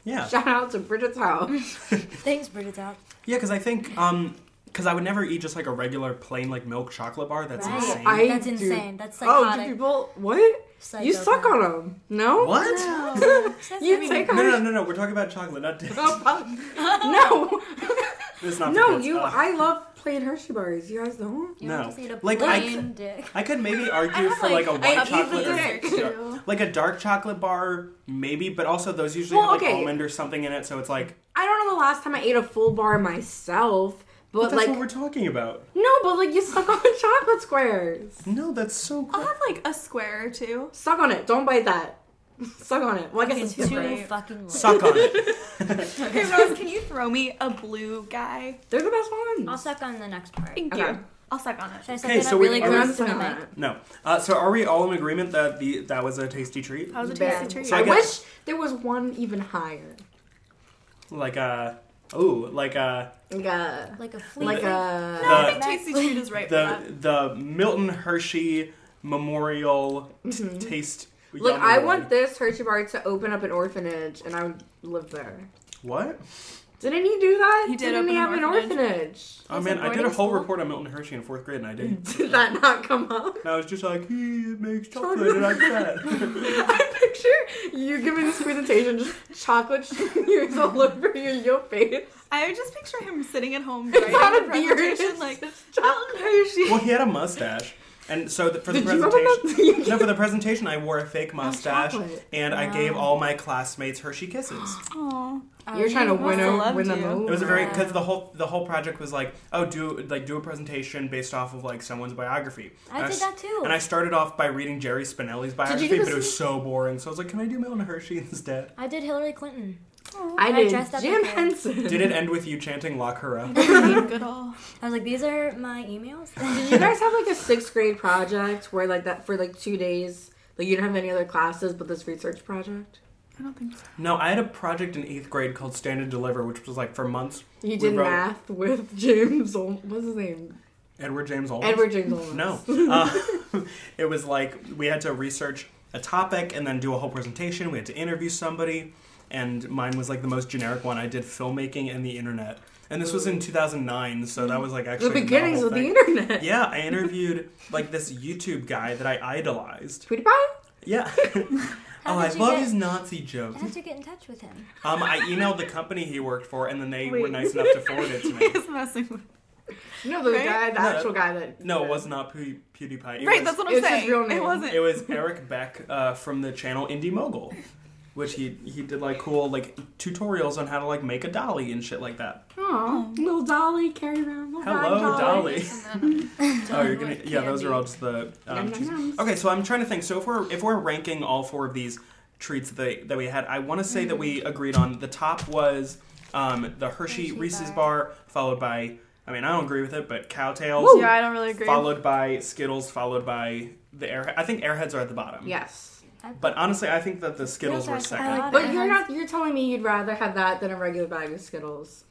Speaker 1: Yeah,
Speaker 3: Shout out to Bridget's house.
Speaker 5: Thanks, Bridget's house.
Speaker 1: yeah. Because I think, um, because I would never eat just like a regular plain like milk chocolate bar. That's
Speaker 5: Right.
Speaker 1: insane.
Speaker 3: I-
Speaker 5: That's
Speaker 3: dude.
Speaker 5: insane. That's
Speaker 3: Oh, do
Speaker 5: psychotic.
Speaker 3: people what? You
Speaker 5: Psychopath.
Speaker 3: suck on them? No.
Speaker 1: what?
Speaker 3: You take
Speaker 1: No, no,
Speaker 3: on.
Speaker 1: no, no. We're talking about chocolate, not dick.
Speaker 3: Oh, fuck.
Speaker 1: This is
Speaker 3: No,
Speaker 1: not for
Speaker 3: no,
Speaker 1: kids.
Speaker 3: you.
Speaker 1: Uh,
Speaker 3: I love plain Hershey bars. You guys don't.
Speaker 5: You don't
Speaker 1: No.
Speaker 5: just eat a
Speaker 1: Like, I-
Speaker 5: plain dick.
Speaker 1: I could maybe argue for like, a
Speaker 4: I
Speaker 1: white
Speaker 4: eat
Speaker 1: chocolate
Speaker 4: the
Speaker 1: or
Speaker 4: dessert,
Speaker 1: yeah.
Speaker 4: too.
Speaker 1: like a dark chocolate bar, maybe. But also those usually
Speaker 3: Well,
Speaker 1: have like
Speaker 3: okay.
Speaker 1: almond or something in it, so it's like
Speaker 3: I don't know the last time I ate a full bar myself, but
Speaker 1: that's
Speaker 3: like
Speaker 1: what we're talking about.
Speaker 3: no, but like you suck on the chocolate squares.
Speaker 1: No, that's so. Cool.
Speaker 4: I'll have like a square or two.
Speaker 3: Suck on it. Don't bite that. Suck on it. Well, I guess it's
Speaker 5: It's too
Speaker 3: different.
Speaker 5: fucking late.
Speaker 1: Suck on it.
Speaker 4: Okay, Rose, can you throw me a blue guy?
Speaker 3: They're the best ones.
Speaker 5: I'll suck on the next part. Should
Speaker 4: Thank
Speaker 3: Okay.
Speaker 4: you. I'll suck on
Speaker 5: I
Speaker 4: it.
Speaker 5: suck
Speaker 1: Okay,
Speaker 5: it
Speaker 1: so
Speaker 5: up
Speaker 1: we-
Speaker 5: really
Speaker 1: are we-
Speaker 5: gross to the mic?
Speaker 1: No. Uh, so are we all in agreement that the that was a tasty treat?
Speaker 4: That was a
Speaker 3: Bad.
Speaker 4: tasty treat.
Speaker 1: So
Speaker 3: I
Speaker 1: I
Speaker 3: wish
Speaker 1: guess-
Speaker 3: there was one even higher.
Speaker 1: Like a oh, like a
Speaker 3: Like a
Speaker 5: Like a flea.
Speaker 3: like a
Speaker 4: no, I think
Speaker 1: The-
Speaker 4: tasty treat is right for
Speaker 1: the the Milton Hershey Memorial t- Taste.
Speaker 3: mm-hmm. look.
Speaker 1: Yum
Speaker 3: I
Speaker 1: Award.
Speaker 3: want this Hershey bar to open up an orphanage, and I would live there.
Speaker 1: what?
Speaker 3: Didn't he do that?
Speaker 4: He did
Speaker 3: Didn't he have
Speaker 4: open an
Speaker 3: an orphanage?
Speaker 1: Oh
Speaker 5: Is
Speaker 1: man,
Speaker 5: it
Speaker 1: I did a
Speaker 5: boarding
Speaker 1: whole
Speaker 5: school?
Speaker 1: report on Milton Hershey in fourth grade, and I did.
Speaker 3: Did that not come up?
Speaker 1: And I was just like, he makes
Speaker 3: Chocolate.
Speaker 1: chocolate, and I'm fat.
Speaker 3: I picture you giving this presentation, just chocolate streamers all over your, your face.
Speaker 4: I would just picture him sitting at home
Speaker 3: It's
Speaker 4: writing
Speaker 3: not
Speaker 4: the
Speaker 3: a beard.
Speaker 4: presentation
Speaker 3: It's
Speaker 4: like
Speaker 3: just
Speaker 4: Milton
Speaker 3: chocolate.
Speaker 4: Hershey.
Speaker 1: well, he had a mustache. And so the, for the
Speaker 3: Did you remember
Speaker 1: presentation,
Speaker 3: that?
Speaker 1: no, for the presentation, I wore a fake mustache
Speaker 3: chocolate.
Speaker 1: and I gave all my classmates Hershey kisses.
Speaker 4: Aw.
Speaker 3: You're trying to win,
Speaker 4: must've
Speaker 3: a,
Speaker 4: loved
Speaker 3: win them
Speaker 4: you.
Speaker 3: over.
Speaker 1: It was a very because the whole the whole project was like oh do like do a presentation based off of like someone's biography.
Speaker 5: I
Speaker 1: And
Speaker 5: did
Speaker 1: s-
Speaker 5: that too.
Speaker 1: And I started off by reading Jerry Spinelli's
Speaker 3: you
Speaker 1: biography,
Speaker 3: do
Speaker 1: but
Speaker 3: the
Speaker 1: it was so boring. So I was like, can I do Melon Hershey instead?
Speaker 5: I did Hillary Clinton.
Speaker 3: I did
Speaker 5: dressed up
Speaker 3: Jim
Speaker 5: like her.
Speaker 3: Henson.
Speaker 1: Did it end with you chanting "Lock her up"?
Speaker 4: Good ol'.
Speaker 5: I was like, these are my emails.
Speaker 3: Did you guys have like a sixth grade project where like that for like two days, like you didn't have any other classes but this research project?
Speaker 4: I don't think so.
Speaker 1: no, I had a project in eighth grade called Stand and Deliver, which was like for months.
Speaker 3: You
Speaker 1: we
Speaker 3: did
Speaker 1: wrote
Speaker 3: math with James. Ol- What's his name?
Speaker 1: Edward James Olmos.
Speaker 3: Edward James. Olmos.
Speaker 1: No. Uh, it was like we had to research a topic and then do a whole presentation. We had to interview somebody. And mine was like the most generic one. I did filmmaking and the internet. And this was in 2009, so that was like
Speaker 3: the
Speaker 1: actually a
Speaker 3: beginnings
Speaker 1: novel
Speaker 3: of the
Speaker 1: thing.
Speaker 3: internet.
Speaker 1: Yeah, I interviewed like this YouTube guy that I idolized.
Speaker 3: PewDiePie.
Speaker 1: Yeah. oh,
Speaker 5: did
Speaker 1: I
Speaker 5: you
Speaker 1: love
Speaker 5: get-
Speaker 1: his Nazi jokes.
Speaker 5: How did you get in touch with him?
Speaker 1: Um, I emailed the company he worked for, and then they were
Speaker 4: Wait.
Speaker 1: nice enough to forward it to me.
Speaker 4: He's messing with
Speaker 3: No, the
Speaker 4: Right?
Speaker 3: guy, the
Speaker 1: No.
Speaker 3: actual guy that.
Speaker 1: No, it was not Pew- PewDiePie. It
Speaker 4: Right,
Speaker 1: was-
Speaker 4: that's what
Speaker 3: it
Speaker 4: I'm
Speaker 3: was his
Speaker 4: saying.
Speaker 3: real name.
Speaker 4: It wasn't.
Speaker 1: It was Eric Beck uh, from the channel Indie Mogul, which he he did like cool like tutorials on how to like make a dolly and shit like that.
Speaker 3: Aw, little Dolly carrying around. little
Speaker 1: Hello,
Speaker 3: Dolly.
Speaker 1: dolly. oh, you're gonna
Speaker 7: Dolly
Speaker 1: yeah, those are
Speaker 7: candy.
Speaker 1: all just the um,
Speaker 3: Yum,
Speaker 1: treats.
Speaker 3: yum, yums.
Speaker 1: Okay, so I'm trying to think. So if we're if we're ranking all four of these treats that that we had, I want to say that we agreed on the top was um, the Hershey,
Speaker 5: Hershey
Speaker 1: Reese's
Speaker 5: bar.
Speaker 1: bar. followed by I mean I don't agree with it, but Cowtails.
Speaker 4: Yeah, I don't really agree.
Speaker 1: Followed by Skittles, followed by the Airhead. I think Airheads are at the bottom.
Speaker 3: Yes,
Speaker 1: But honestly, I think that the Skittles
Speaker 5: Those
Speaker 1: were
Speaker 5: are
Speaker 1: second.
Speaker 5: good.
Speaker 3: but you're not. You're telling me you'd rather have that than a regular bag of Skittles.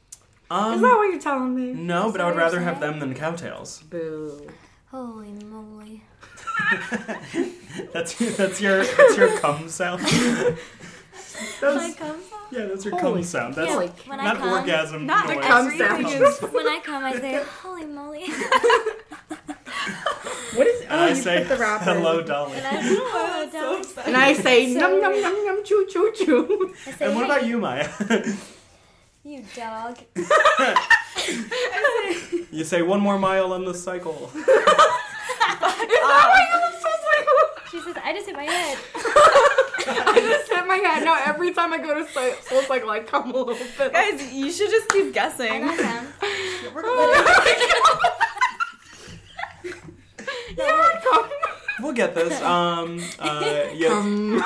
Speaker 3: Is
Speaker 1: Um,
Speaker 3: that what you're telling me?
Speaker 1: no, but I would
Speaker 5: what you're
Speaker 1: rather have
Speaker 5: saying?
Speaker 1: them than cowtails.
Speaker 3: Boo.
Speaker 5: Holy moly.
Speaker 1: That's that's your that's your cum sound.
Speaker 5: When I
Speaker 1: that's,
Speaker 5: come,
Speaker 1: yeah, that's your
Speaker 3: Holy
Speaker 1: cum sound. That's
Speaker 5: yeah,
Speaker 3: like-
Speaker 5: when I
Speaker 1: not
Speaker 5: come,
Speaker 1: orgasm.
Speaker 4: Not the
Speaker 1: noise.
Speaker 4: cum
Speaker 3: Comes down.
Speaker 4: Everything
Speaker 5: when I come, I say, holy moly.
Speaker 3: What is?
Speaker 1: And
Speaker 3: Oh,
Speaker 1: I
Speaker 3: you
Speaker 1: say
Speaker 3: put the wrapper.
Speaker 1: hello, Dolly.
Speaker 5: And I say, oh, Dolly.
Speaker 3: And I say num num num num choo choo choo.
Speaker 5: I say,
Speaker 1: And what
Speaker 5: "Hey,
Speaker 1: about you, Maya?
Speaker 5: you dog.
Speaker 1: you say one more mile on the cycle.
Speaker 4: Oh
Speaker 5: She says, I just hit my head.
Speaker 3: I just hit my head. Now every time I go to Soul Soul Cycle, I come a little bit.
Speaker 4: Guys, you should just keep guessing.
Speaker 5: And I come.
Speaker 1: We'll get this. Um, uh, yeah.
Speaker 3: Um,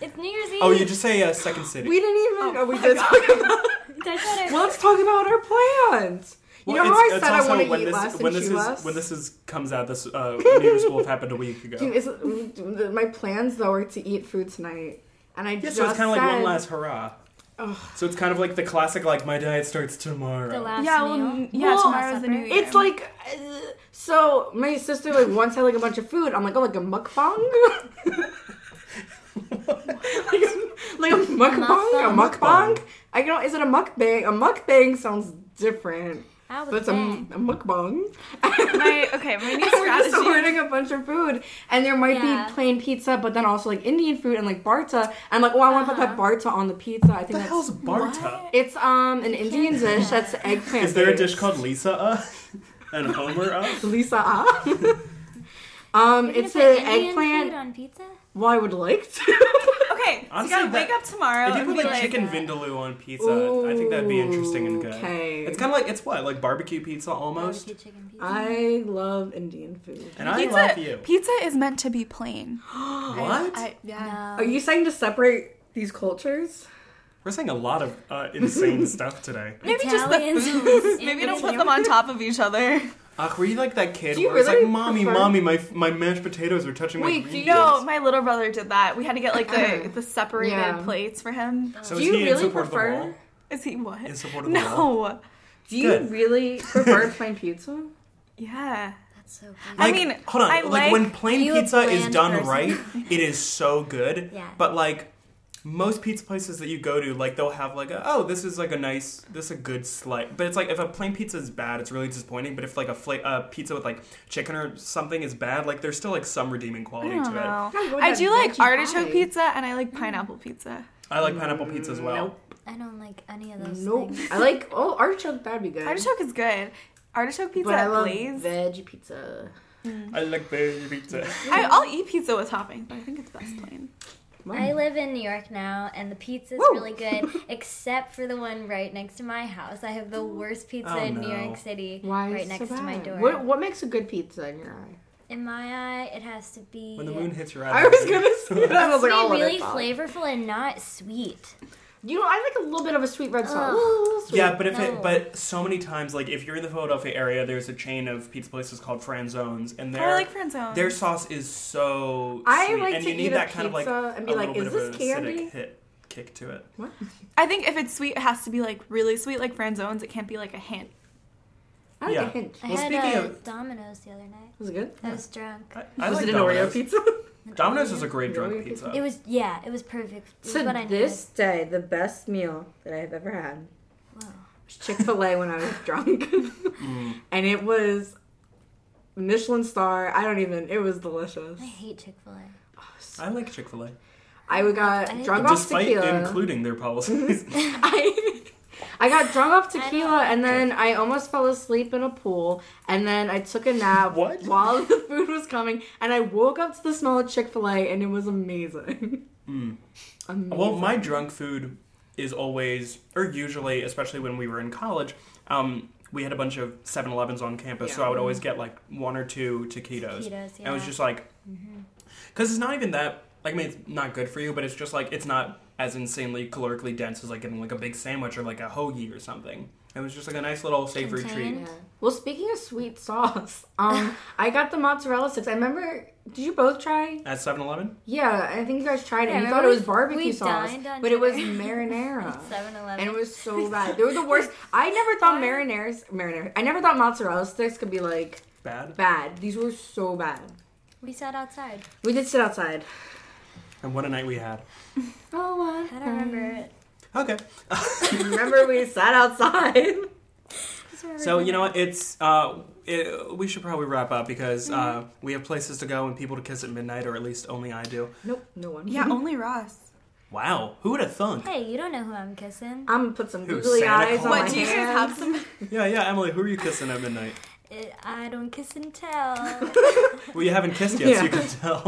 Speaker 5: It's New Year's Eve.
Speaker 1: Oh, you just say uh, second city.
Speaker 3: we didn't even. Oh, we did talk about.
Speaker 5: That's what I
Speaker 3: Well, let's talk about our plans. You
Speaker 1: Well,
Speaker 3: know how
Speaker 1: it's-
Speaker 3: I
Speaker 1: it's
Speaker 3: said I
Speaker 1: also
Speaker 3: want to
Speaker 1: when
Speaker 3: eat
Speaker 1: this-
Speaker 3: less
Speaker 1: when
Speaker 3: and
Speaker 1: this
Speaker 3: chew
Speaker 1: is,
Speaker 3: less.
Speaker 1: When this is comes out, this uh, New Year's will have happened a week ago.
Speaker 3: Dude, it's- my plans though are to eat food tonight, and I
Speaker 1: Yeah,
Speaker 3: just
Speaker 1: so it's kind of like one
Speaker 3: said-
Speaker 1: last hurrah.
Speaker 3: Ugh.
Speaker 1: So it's kind of like the classic, like my diet starts tomorrow.
Speaker 5: The last
Speaker 4: yeah,
Speaker 5: meal.
Speaker 4: well, n- yeah,
Speaker 3: Well,
Speaker 4: tomorrow's the new year.
Speaker 3: It's like uh, so. My sister like once had like a bunch of food. I'm like, oh, like a mukbang. like, a, like a mukbang, a mukbang. I don't. Is it a mukbang? A mukbang sounds different,
Speaker 5: I was
Speaker 3: but it's a, m- a mukbang.
Speaker 4: my okay, my new
Speaker 3: We're just
Speaker 4: strategy.
Speaker 3: ordering a bunch of food, and there might
Speaker 5: Yeah.
Speaker 3: be plain pizza, but then also like Indian food and like barta. I'm like, oh, I want to put that barta on the pizza. I
Speaker 1: What the
Speaker 3: think that's
Speaker 1: hell's Barta?
Speaker 3: it's um an Indian dish that's eggplant.
Speaker 1: Is there a
Speaker 3: based.
Speaker 1: dish called Lisa uh, and Homer uh?
Speaker 3: Lisa Ah. um,
Speaker 5: You're gonna
Speaker 3: it's
Speaker 5: put
Speaker 3: an
Speaker 5: Indian Food
Speaker 3: eggplant.
Speaker 5: on pizza?
Speaker 3: Well, I would like to.
Speaker 4: Okay, so you
Speaker 1: Honestly,
Speaker 4: gotta
Speaker 1: that-
Speaker 4: wake up tomorrow
Speaker 1: If you
Speaker 4: and
Speaker 1: put
Speaker 4: be
Speaker 1: like,
Speaker 4: like,
Speaker 1: chicken vindaloo on pizza, I think that'd be interesting and good.
Speaker 3: Okay.
Speaker 1: It's kind of like it's what like barbecue pizza almost.
Speaker 5: Barbecue chicken pizza.
Speaker 3: I love Indian food.
Speaker 1: And I
Speaker 4: pizza,
Speaker 1: love you.
Speaker 4: Pizza is meant to be plain.
Speaker 1: What?
Speaker 4: I, yeah.
Speaker 5: No.
Speaker 3: Are you saying to separate these cultures?
Speaker 1: We're saying a lot of uh, insane stuff today.
Speaker 4: Maybe
Speaker 5: Italians.
Speaker 4: just the foods. Maybe don't put them on top of each other.
Speaker 1: Ugh, were you like that kid
Speaker 3: Do you
Speaker 1: where it's like,
Speaker 3: really
Speaker 1: mommy,
Speaker 3: prefer-
Speaker 1: mommy, my my mashed potatoes are touching
Speaker 3: Wait,
Speaker 1: my.
Speaker 3: do you-
Speaker 4: No, my little brother did that. We had to get like the the separated
Speaker 3: Yeah.
Speaker 4: plates for him.
Speaker 1: So
Speaker 3: do
Speaker 1: is
Speaker 3: you
Speaker 1: he in
Speaker 3: really
Speaker 1: support of the
Speaker 3: prefer-
Speaker 1: wall?
Speaker 4: Is he what?
Speaker 1: In support of the wall?
Speaker 4: No.
Speaker 3: Do you
Speaker 1: Good.
Speaker 3: really prefer plain pizza?
Speaker 4: Yeah.
Speaker 5: That's so crazy.
Speaker 4: I
Speaker 1: Like,
Speaker 4: mean,
Speaker 1: hold on.
Speaker 4: I
Speaker 1: like,
Speaker 4: like-
Speaker 1: when
Speaker 5: Are
Speaker 1: plain
Speaker 5: you a
Speaker 1: pizza is
Speaker 5: bland
Speaker 1: done
Speaker 5: person?
Speaker 1: right, it is so good.
Speaker 5: Yeah.
Speaker 1: But like most pizza places that you go to, like they'll have like a, oh, this is like a nice, this is a good slice. But it's like if a plain pizza is bad, it's really disappointing. But if like a fla- uh, pizza with like chicken or something is bad, like there's still like some redeeming
Speaker 4: I
Speaker 1: quality to
Speaker 4: don't
Speaker 1: it.
Speaker 4: know.
Speaker 3: Gotta go with
Speaker 4: I
Speaker 3: that
Speaker 4: do like
Speaker 3: veggie pie.
Speaker 4: artichoke pizza and I
Speaker 3: Mm.
Speaker 4: like pineapple pizza.
Speaker 1: I like pineapple pizza as well.
Speaker 3: Nope.
Speaker 5: I don't like any of those
Speaker 3: Nope.
Speaker 5: things.
Speaker 3: I like oh artichoke. That'd be good.
Speaker 4: Artichoke is good. Artichoke pizza
Speaker 3: But I
Speaker 4: at
Speaker 3: love
Speaker 4: Blaze.
Speaker 3: veggie pizza.
Speaker 1: I like baby pizza.
Speaker 4: I, I'll eat pizza with toppings, but I think it's best plain.
Speaker 5: I live in New York now, and the pizza's
Speaker 4: Woo.
Speaker 5: really good, except for the one right next to my house. I have the worst pizza
Speaker 1: Oh,
Speaker 5: in New
Speaker 1: no.
Speaker 5: York City,
Speaker 3: Why is
Speaker 5: right
Speaker 3: it
Speaker 5: next
Speaker 3: so
Speaker 5: to my
Speaker 3: bad?
Speaker 5: door.
Speaker 3: What, what makes a good pizza in your eye?
Speaker 5: In my eye, it has to be.
Speaker 1: When the moon hits your eyes.
Speaker 3: I was gonna say that. I was
Speaker 5: It's
Speaker 3: like,
Speaker 5: gotta
Speaker 3: I'll
Speaker 5: be
Speaker 3: let
Speaker 5: really
Speaker 3: it fall.
Speaker 5: flavorful and not sweet.
Speaker 3: You know, I like a little bit of a sweet red sauce.
Speaker 5: Ugh.
Speaker 3: Ooh, sweet.
Speaker 1: Yeah, but if it,
Speaker 5: No.
Speaker 1: but so many times, like if you're in the Philadelphia area, there's a chain of pizza places called Franzones,
Speaker 3: Mm.
Speaker 1: and
Speaker 4: Oh, I
Speaker 1: their
Speaker 4: like Franzone.
Speaker 1: their sauce is so.
Speaker 3: Um, I
Speaker 1: sweet,
Speaker 3: like
Speaker 1: and
Speaker 3: to
Speaker 1: you
Speaker 3: eat
Speaker 1: need
Speaker 3: a
Speaker 1: that kind of like
Speaker 3: pizza and be
Speaker 1: a
Speaker 3: like,
Speaker 1: little
Speaker 3: "Is
Speaker 1: bit of an
Speaker 3: this
Speaker 1: acidic
Speaker 3: candy?"
Speaker 1: Hit kick to it.
Speaker 3: What?
Speaker 4: I think if it's sweet, it has to be like really sweet, like Franzones. It can't be like a hint.
Speaker 3: I like
Speaker 1: Yeah.
Speaker 3: a hint.
Speaker 5: I
Speaker 1: Well,
Speaker 5: had
Speaker 1: speaking
Speaker 5: uh,
Speaker 1: of-
Speaker 5: Domino's the other night.
Speaker 3: Was it good?
Speaker 5: I was drunk.
Speaker 1: I, I
Speaker 3: was
Speaker 1: like
Speaker 3: it an
Speaker 1: Domino's.
Speaker 3: Oreo pizza?
Speaker 1: Domino's is a great drunk
Speaker 3: Oreo
Speaker 1: pizza.
Speaker 5: It was yeah, it was perfect. It was
Speaker 3: to
Speaker 5: what I
Speaker 3: Uh. this day, the best meal that I've ever had
Speaker 5: Wow.
Speaker 3: was Chick fil A when I was drunk.
Speaker 1: Mm.
Speaker 3: And it was Michelin star. I don't even, it was delicious.
Speaker 5: needed. I hate Chick Fil A.
Speaker 1: I like Chick Fil A,
Speaker 3: I would got
Speaker 5: I-
Speaker 3: drunk off
Speaker 1: despite
Speaker 3: tequila. Mm-hmm.
Speaker 1: including their policies.
Speaker 3: I, I got drunk off tequila
Speaker 5: like
Speaker 3: and then I almost fell asleep in a pool and then I took a nap
Speaker 1: What?
Speaker 3: while the food was coming and I woke up to the smell of Chick fil A and it was amazing. amazing.
Speaker 1: well, my drunk food is always, or usually, especially when we were in college. Um, we had a bunch of 7-Elevens on campus, so
Speaker 3: Yeah.
Speaker 1: I would always get like one or two taquitos.
Speaker 5: Taquitos,
Speaker 1: And it was
Speaker 5: yeah.
Speaker 1: just like, because it's not even that. Like, I mean, it's not good for you, but it's just like it's not as insanely calorically dense as like getting like a big sandwich or like a hoagie or something. It was just like a nice little savory treat.
Speaker 5: Contained.
Speaker 3: Yeah. Well, speaking of sweet sauce, um, I got the mozzarella sticks. I remember. Did you both try?
Speaker 1: At 7-Eleven,
Speaker 3: Yeah, I think you guys tried it.
Speaker 5: Yeah,
Speaker 3: you
Speaker 5: I
Speaker 3: thought
Speaker 5: remember
Speaker 3: it was
Speaker 5: we-
Speaker 3: barbecue
Speaker 5: we
Speaker 3: sauce,
Speaker 5: dined on uh,
Speaker 3: but it was
Speaker 5: dinner.
Speaker 3: marinara.
Speaker 5: Seven Eleven.
Speaker 3: And it was so bad. They were the worst. I never thought marinara's marinara. I never thought mozzarella sticks could be like
Speaker 1: bad.
Speaker 3: bad. These were so bad.
Speaker 5: We sat outside.
Speaker 3: We did sit outside.
Speaker 1: And what a night we had.
Speaker 3: Oh,
Speaker 5: I don't remember it.
Speaker 1: Okay.
Speaker 3: remember we sat outside.
Speaker 5: Just remember
Speaker 1: So
Speaker 5: dinner.
Speaker 1: you know what? It's uh, it, we should probably wrap up because uh, we have places to go and people to kiss at midnight, or at least only I do.
Speaker 3: Nope, no one.
Speaker 4: Yeah,
Speaker 5: oh.
Speaker 4: only Ross.
Speaker 1: Wow, who would have thunk?
Speaker 5: Hey, you don't know who I'm kissing.
Speaker 3: I'm gonna put some
Speaker 1: Who,
Speaker 3: googly
Speaker 1: Santa
Speaker 3: eyes on
Speaker 1: Claus?
Speaker 3: my
Speaker 4: What do you guys
Speaker 3: hand.
Speaker 4: have some?
Speaker 1: Yeah, yeah, Emily, who are you kissing at midnight?
Speaker 5: It, I don't kiss and tell.
Speaker 1: Well, you haven't kissed yet, so you
Speaker 3: Yeah.
Speaker 1: can tell.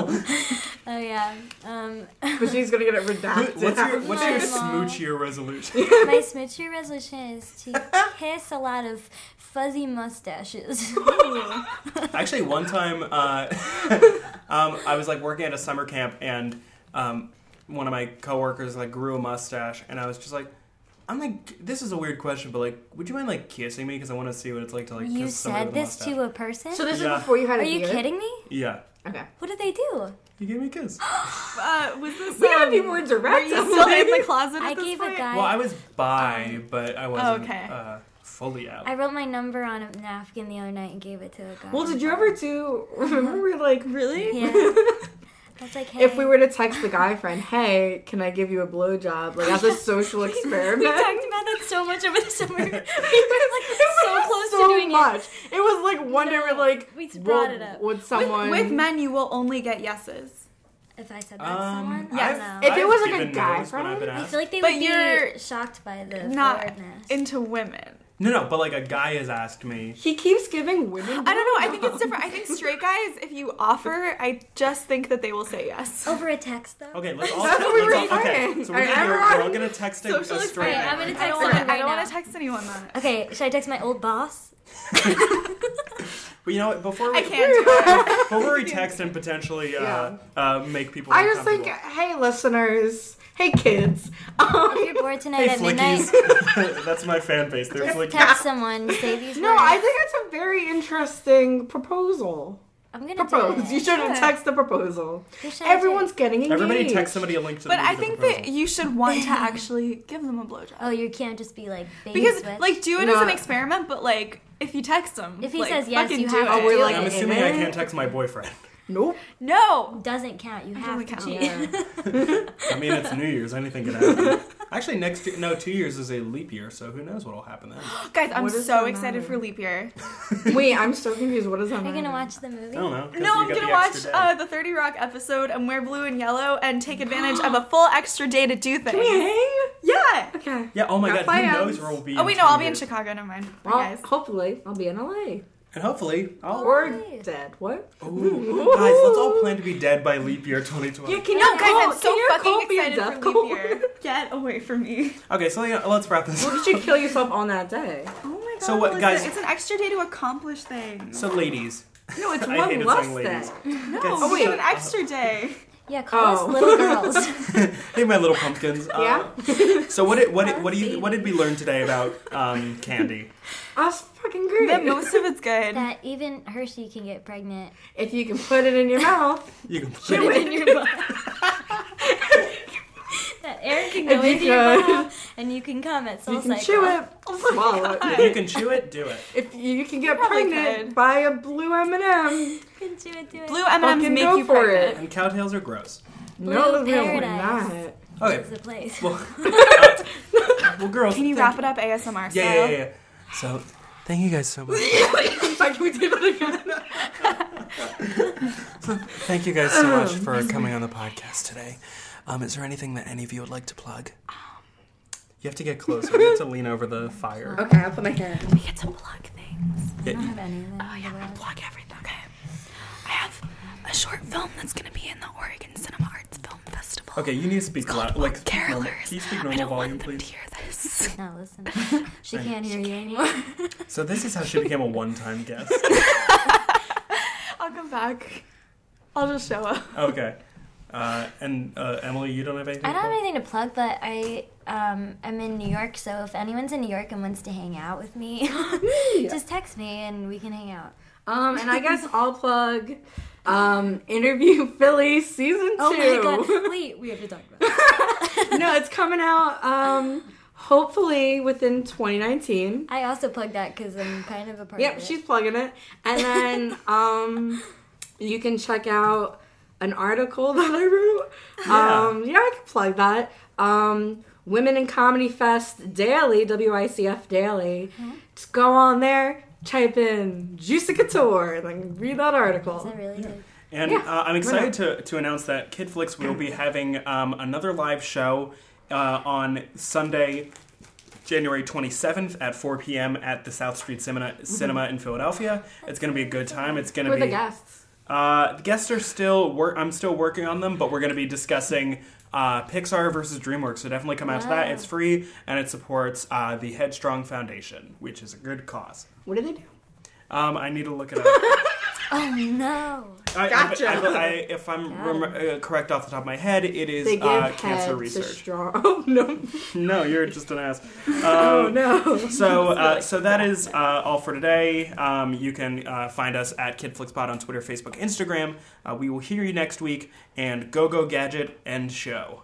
Speaker 5: oh yeah. Um,
Speaker 3: But she's gonna get it redacted.
Speaker 1: what's your what's your
Speaker 5: Mama.
Speaker 1: smooch year resolution?
Speaker 5: my smooch year resolution is to kiss a lot of fuzzy mustaches.
Speaker 1: Actually, one time, uh, um, I was like working at a summer camp, and um, one of my coworkers like grew a mustache, and I was just like. I'm like, this is a weird question, but like, would you mind like kissing me? Because I want to see what it's like to like.
Speaker 5: you
Speaker 1: kiss somebody
Speaker 5: said
Speaker 1: with a
Speaker 5: this
Speaker 1: mustache.
Speaker 5: to a person?
Speaker 3: So this
Speaker 1: Yeah.
Speaker 3: is before you had
Speaker 5: Are
Speaker 3: a
Speaker 5: you
Speaker 3: beard?
Speaker 5: kidding me?
Speaker 1: Yeah,
Speaker 3: Okay.
Speaker 5: What did they do?
Speaker 1: you gave me a kiss.
Speaker 4: Uh, was this?
Speaker 3: We gotta be
Speaker 4: um,
Speaker 3: more
Speaker 4: Are
Speaker 3: direct.
Speaker 4: you still in the
Speaker 3: Emily.
Speaker 4: closet? At
Speaker 5: I
Speaker 4: this
Speaker 5: gave
Speaker 4: point?
Speaker 5: a guy.
Speaker 1: Well, I was bi, but I wasn't
Speaker 4: okay.
Speaker 1: uh, fully out.
Speaker 5: I wrote my number on a napkin the other night and gave it to a guy.
Speaker 3: Well, did you ever do? Remember, we were like, really?
Speaker 5: Yeah. That's like hey.
Speaker 3: If we were to text the guy friend, hey, can I give you a blowjob? Like as a social experiment.
Speaker 5: We talked about that so much over the summer. we were like so close to doing
Speaker 3: much. It was like one day we're
Speaker 5: No,
Speaker 3: like,
Speaker 5: we
Speaker 3: would-
Speaker 5: brought it up.
Speaker 3: Would
Speaker 4: With-
Speaker 3: someone
Speaker 4: With, men, you will only get yeses.
Speaker 5: it. If I said that to
Speaker 1: um,
Speaker 5: someone, I
Speaker 4: yes.
Speaker 5: don't know.
Speaker 3: If it was, like, a
Speaker 1: given
Speaker 3: guy
Speaker 1: no's when I've been
Speaker 3: friend,
Speaker 5: I
Speaker 1: asked.
Speaker 5: feel like they
Speaker 4: But
Speaker 5: would
Speaker 4: you're
Speaker 5: be shocked by the
Speaker 4: Not
Speaker 5: forwardness.
Speaker 4: into women.
Speaker 1: no, no, but like a guy has asked me.
Speaker 3: he keeps giving women.
Speaker 4: I don't know. I think it's different. I think straight guys, if you offer, I just think that they will say yes.
Speaker 5: Over a text though.
Speaker 1: Okay, let's all.
Speaker 3: That's what we
Speaker 1: let's
Speaker 3: were
Speaker 1: all- okay,
Speaker 3: saying.
Speaker 1: so we're,
Speaker 3: Alright,
Speaker 1: gonna, we're all
Speaker 3: everyone,
Speaker 1: gonna text a, a
Speaker 4: Social
Speaker 1: straight.
Speaker 4: experiment.
Speaker 5: I'm gonna
Speaker 4: I
Speaker 5: text
Speaker 4: don't wanna-
Speaker 5: someone
Speaker 4: I
Speaker 5: right
Speaker 4: don't want
Speaker 5: now.
Speaker 4: to text anyone that.
Speaker 5: Okay, should I text my old boss?
Speaker 1: But you know what? Before we
Speaker 4: I can't do it.
Speaker 1: before we text and potentially uh, uh, make people.
Speaker 3: I just think,
Speaker 1: uncomfortable.
Speaker 3: hey, listeners, hey, kids. Um,
Speaker 5: You're bored tonight
Speaker 1: Hey,
Speaker 5: at midnight.
Speaker 1: flickies. That's my fan base. They're
Speaker 5: Just
Speaker 1: flickies.
Speaker 5: text someone. Say these
Speaker 3: no,
Speaker 5: words.
Speaker 3: I think it's a very interesting proposal.
Speaker 5: I'm gonna
Speaker 3: Propose.
Speaker 5: do
Speaker 3: You
Speaker 5: it.
Speaker 3: shouldn't text the proposal.
Speaker 5: You should
Speaker 3: Everyone's
Speaker 5: do
Speaker 3: getting engaged.
Speaker 1: Everybody text somebody a link to.
Speaker 4: But
Speaker 1: the
Speaker 4: I
Speaker 1: the
Speaker 4: think
Speaker 1: proposal.
Speaker 4: that you should want to actually give them a blowjob.
Speaker 5: it. Oh, you can't just be like baby
Speaker 4: because
Speaker 5: switch.
Speaker 4: like do it as an
Speaker 3: No.
Speaker 4: experiment, but like if you text him,
Speaker 5: If he
Speaker 4: like,
Speaker 5: says yes,
Speaker 4: fucking
Speaker 5: you
Speaker 4: do
Speaker 5: have to
Speaker 4: it.
Speaker 3: Oh, we're
Speaker 5: do
Speaker 3: like-
Speaker 5: it.
Speaker 1: I'm assuming I
Speaker 3: Amen.
Speaker 1: can't text my boyfriend.
Speaker 3: Nope.
Speaker 4: no.
Speaker 5: doesn't count. You have
Speaker 4: doesn't
Speaker 5: to
Speaker 4: count.
Speaker 5: cheat.
Speaker 1: I mean, it's New Year's. Anything can happen. Actually, next year, no, two years is a leap year, so who knows what'll happen then.
Speaker 4: Guys, I'm
Speaker 3: What does
Speaker 4: so
Speaker 3: that
Speaker 4: excited
Speaker 3: matter?
Speaker 4: for leap year.
Speaker 3: Wait, I'm so confused. What does that
Speaker 5: Are you
Speaker 3: mean?
Speaker 5: gonna watch the movie?
Speaker 1: I
Speaker 3: Oh.
Speaker 1: don't know. 'cause
Speaker 4: No, I'm
Speaker 1: you got
Speaker 4: gonna
Speaker 1: the
Speaker 4: watch
Speaker 1: extra day.
Speaker 4: uh, the 30 Rock episode and wear blue and yellow and take advantage of a full extra day to do things. Yeah.
Speaker 3: Okay.
Speaker 1: yeah. Oh my god. Who
Speaker 3: got plans.
Speaker 1: knows where we'll be?
Speaker 4: Oh
Speaker 1: in
Speaker 4: wait,
Speaker 1: two
Speaker 4: no, I'll be in
Speaker 1: years.
Speaker 4: Chicago. Never mind. Bye,
Speaker 3: Well,
Speaker 4: guys.
Speaker 3: hopefully I'll be in LA.
Speaker 1: And hopefully, I'll.
Speaker 3: Or dead. What?
Speaker 1: Ooh. Guys, let's all plan to be dead by leap year 2020.
Speaker 3: Yeah, can
Speaker 4: No,
Speaker 3: you
Speaker 4: guys,
Speaker 3: call,
Speaker 4: I'm so
Speaker 3: can you
Speaker 4: fucking
Speaker 3: call me a
Speaker 4: excited
Speaker 3: death
Speaker 4: for
Speaker 3: cult?
Speaker 4: leap year. Get away from me.
Speaker 1: Okay, so yeah, let's wrap this
Speaker 3: Well,
Speaker 1: up.
Speaker 3: did you kill yourself on that day?
Speaker 4: Oh my god.
Speaker 1: So what,
Speaker 4: Melissa,
Speaker 1: guys-
Speaker 4: It's an extra day to accomplish things.
Speaker 1: So, ladies,
Speaker 3: No, it's
Speaker 1: I
Speaker 3: one
Speaker 1: hated
Speaker 3: less
Speaker 1: saying
Speaker 3: day.
Speaker 1: ladies.
Speaker 4: No,
Speaker 1: Oh,
Speaker 4: we
Speaker 3: wait.
Speaker 4: have an extra day.
Speaker 5: Yeah, call
Speaker 3: Oh.
Speaker 5: us little girls.
Speaker 1: hey, my little pumpkins.
Speaker 3: Yeah.
Speaker 1: Uh, so what? Did, what? Did, what do you? What did we learn today about um, candy?
Speaker 3: I was fucking great.
Speaker 4: But most of it's good.
Speaker 5: that even Hershey can get pregnant.
Speaker 3: if you can put it in your mouth,
Speaker 1: You can put
Speaker 3: do
Speaker 1: it-
Speaker 3: it.
Speaker 5: In your mouth. that Aaron can go
Speaker 3: If you
Speaker 5: into your
Speaker 3: could.
Speaker 5: mouth and you can come at Soul
Speaker 3: You can
Speaker 5: Cycle.
Speaker 3: chew it, swallow
Speaker 1: If
Speaker 3: it.
Speaker 1: you can chew it, do it.
Speaker 3: If you can get
Speaker 4: probably
Speaker 3: pregnant,
Speaker 4: could.
Speaker 3: buy a blue M&M.
Speaker 5: You can chew it, do it.
Speaker 4: Blue M&Ms
Speaker 3: Fucking
Speaker 4: make
Speaker 3: go
Speaker 4: you
Speaker 3: for
Speaker 4: pregnant.
Speaker 1: And cowtails are gross.
Speaker 3: No,
Speaker 5: Blue
Speaker 3: no, we're
Speaker 5: paradise.
Speaker 3: not.
Speaker 1: Okay.
Speaker 5: is the place.
Speaker 1: Well, well, girls.
Speaker 4: Can you wrap it up ASMR style?
Speaker 1: Yeah, yeah, yeah, yeah. So, thank you guys so much.
Speaker 3: Fuck, we did it again.
Speaker 1: Thank you guys so
Speaker 4: Oh,
Speaker 1: much for coming on the podcast today. Um, is there anything that any of you would like to plug? You have to get closer. You have to lean over the fire.
Speaker 3: Okay, I'll put my hair.
Speaker 4: We get to plug things.
Speaker 1: Yeah,
Speaker 5: I don't
Speaker 1: you-
Speaker 5: have anything.
Speaker 4: Oh yeah, I plug everything. Okay. I have a short film that's gonna be in the Oregon Cinema Arts Film Festival.
Speaker 1: okay, you need to speak loud. Like, normal-
Speaker 4: Carolers.
Speaker 1: can you speak
Speaker 4: I
Speaker 1: normal
Speaker 4: don't
Speaker 1: volume,
Speaker 4: want them to
Speaker 1: please?
Speaker 4: hear this.
Speaker 5: No, listen. She can't hear you anymore.
Speaker 1: So this is how she became a one-time guest.
Speaker 4: I'll come back. I'll just show up.
Speaker 1: Okay. Uh, and uh, Emily, you don't have anything.
Speaker 5: I
Speaker 1: to
Speaker 5: don't have
Speaker 1: plug?
Speaker 5: anything to plug, but I um, I'm in New York, so if anyone's in New York and wants to hang out with me, just text me and we can hang out.
Speaker 3: Um, and I guess I'll plug um, Interview Philly Season
Speaker 5: Oh
Speaker 3: 2.
Speaker 5: Wait, we have to talk about. It.
Speaker 3: no, it's coming out um, hopefully within 2019.
Speaker 5: I also plug that because I'm kind of a part
Speaker 3: Yep,
Speaker 5: of it.
Speaker 3: she's plugging it. And then um, you can check out an article that I wrote.
Speaker 1: Yeah.
Speaker 3: Um, yeah, I can plug that. Um, Women in Comedy Fest Daily, WICF Daily.
Speaker 1: Mm-hmm.
Speaker 3: Just go on there, type in Juicy Couture, and then read that
Speaker 5: Is
Speaker 3: article.
Speaker 5: that really good?
Speaker 1: And
Speaker 3: Yeah,
Speaker 1: uh, I'm excited to, to announce that KidFlix will
Speaker 5: Mm.
Speaker 1: be having um, another live show uh, on Sunday, January 27th at 4 p.m. at the South Street Cinema,
Speaker 5: Mm-hmm.
Speaker 1: Cinema in Philadelphia. It's going to be a good time. It's going
Speaker 3: Who
Speaker 1: to
Speaker 3: are
Speaker 1: be
Speaker 3: the guests?
Speaker 1: Uh, the guests are still work. I'm still working on them, but we're going to be discussing uh, Pixar versus DreamWorks. So definitely come out to that.
Speaker 5: Wow.
Speaker 1: It's free and it supports uh, the Headstrong Foundation, which is a good cause.
Speaker 3: What do they do?
Speaker 1: Um, I need to look it up.
Speaker 5: Oh no!
Speaker 1: I, I-
Speaker 3: Gotcha.
Speaker 1: I, I, if I'm rem- uh, correct off the top of my head, it is
Speaker 3: They give
Speaker 1: uh,
Speaker 3: head
Speaker 1: cancer
Speaker 3: to
Speaker 1: research.
Speaker 3: strong. Oh no!
Speaker 1: no, you're just an ass. Um,
Speaker 3: Oh no!
Speaker 1: So, uh, so that is uh, all for today. Um, you can uh, find us at KidFlixPod on Twitter, Facebook, Instagram. Uh, we will hear you next week. And go, go, gadget, and show.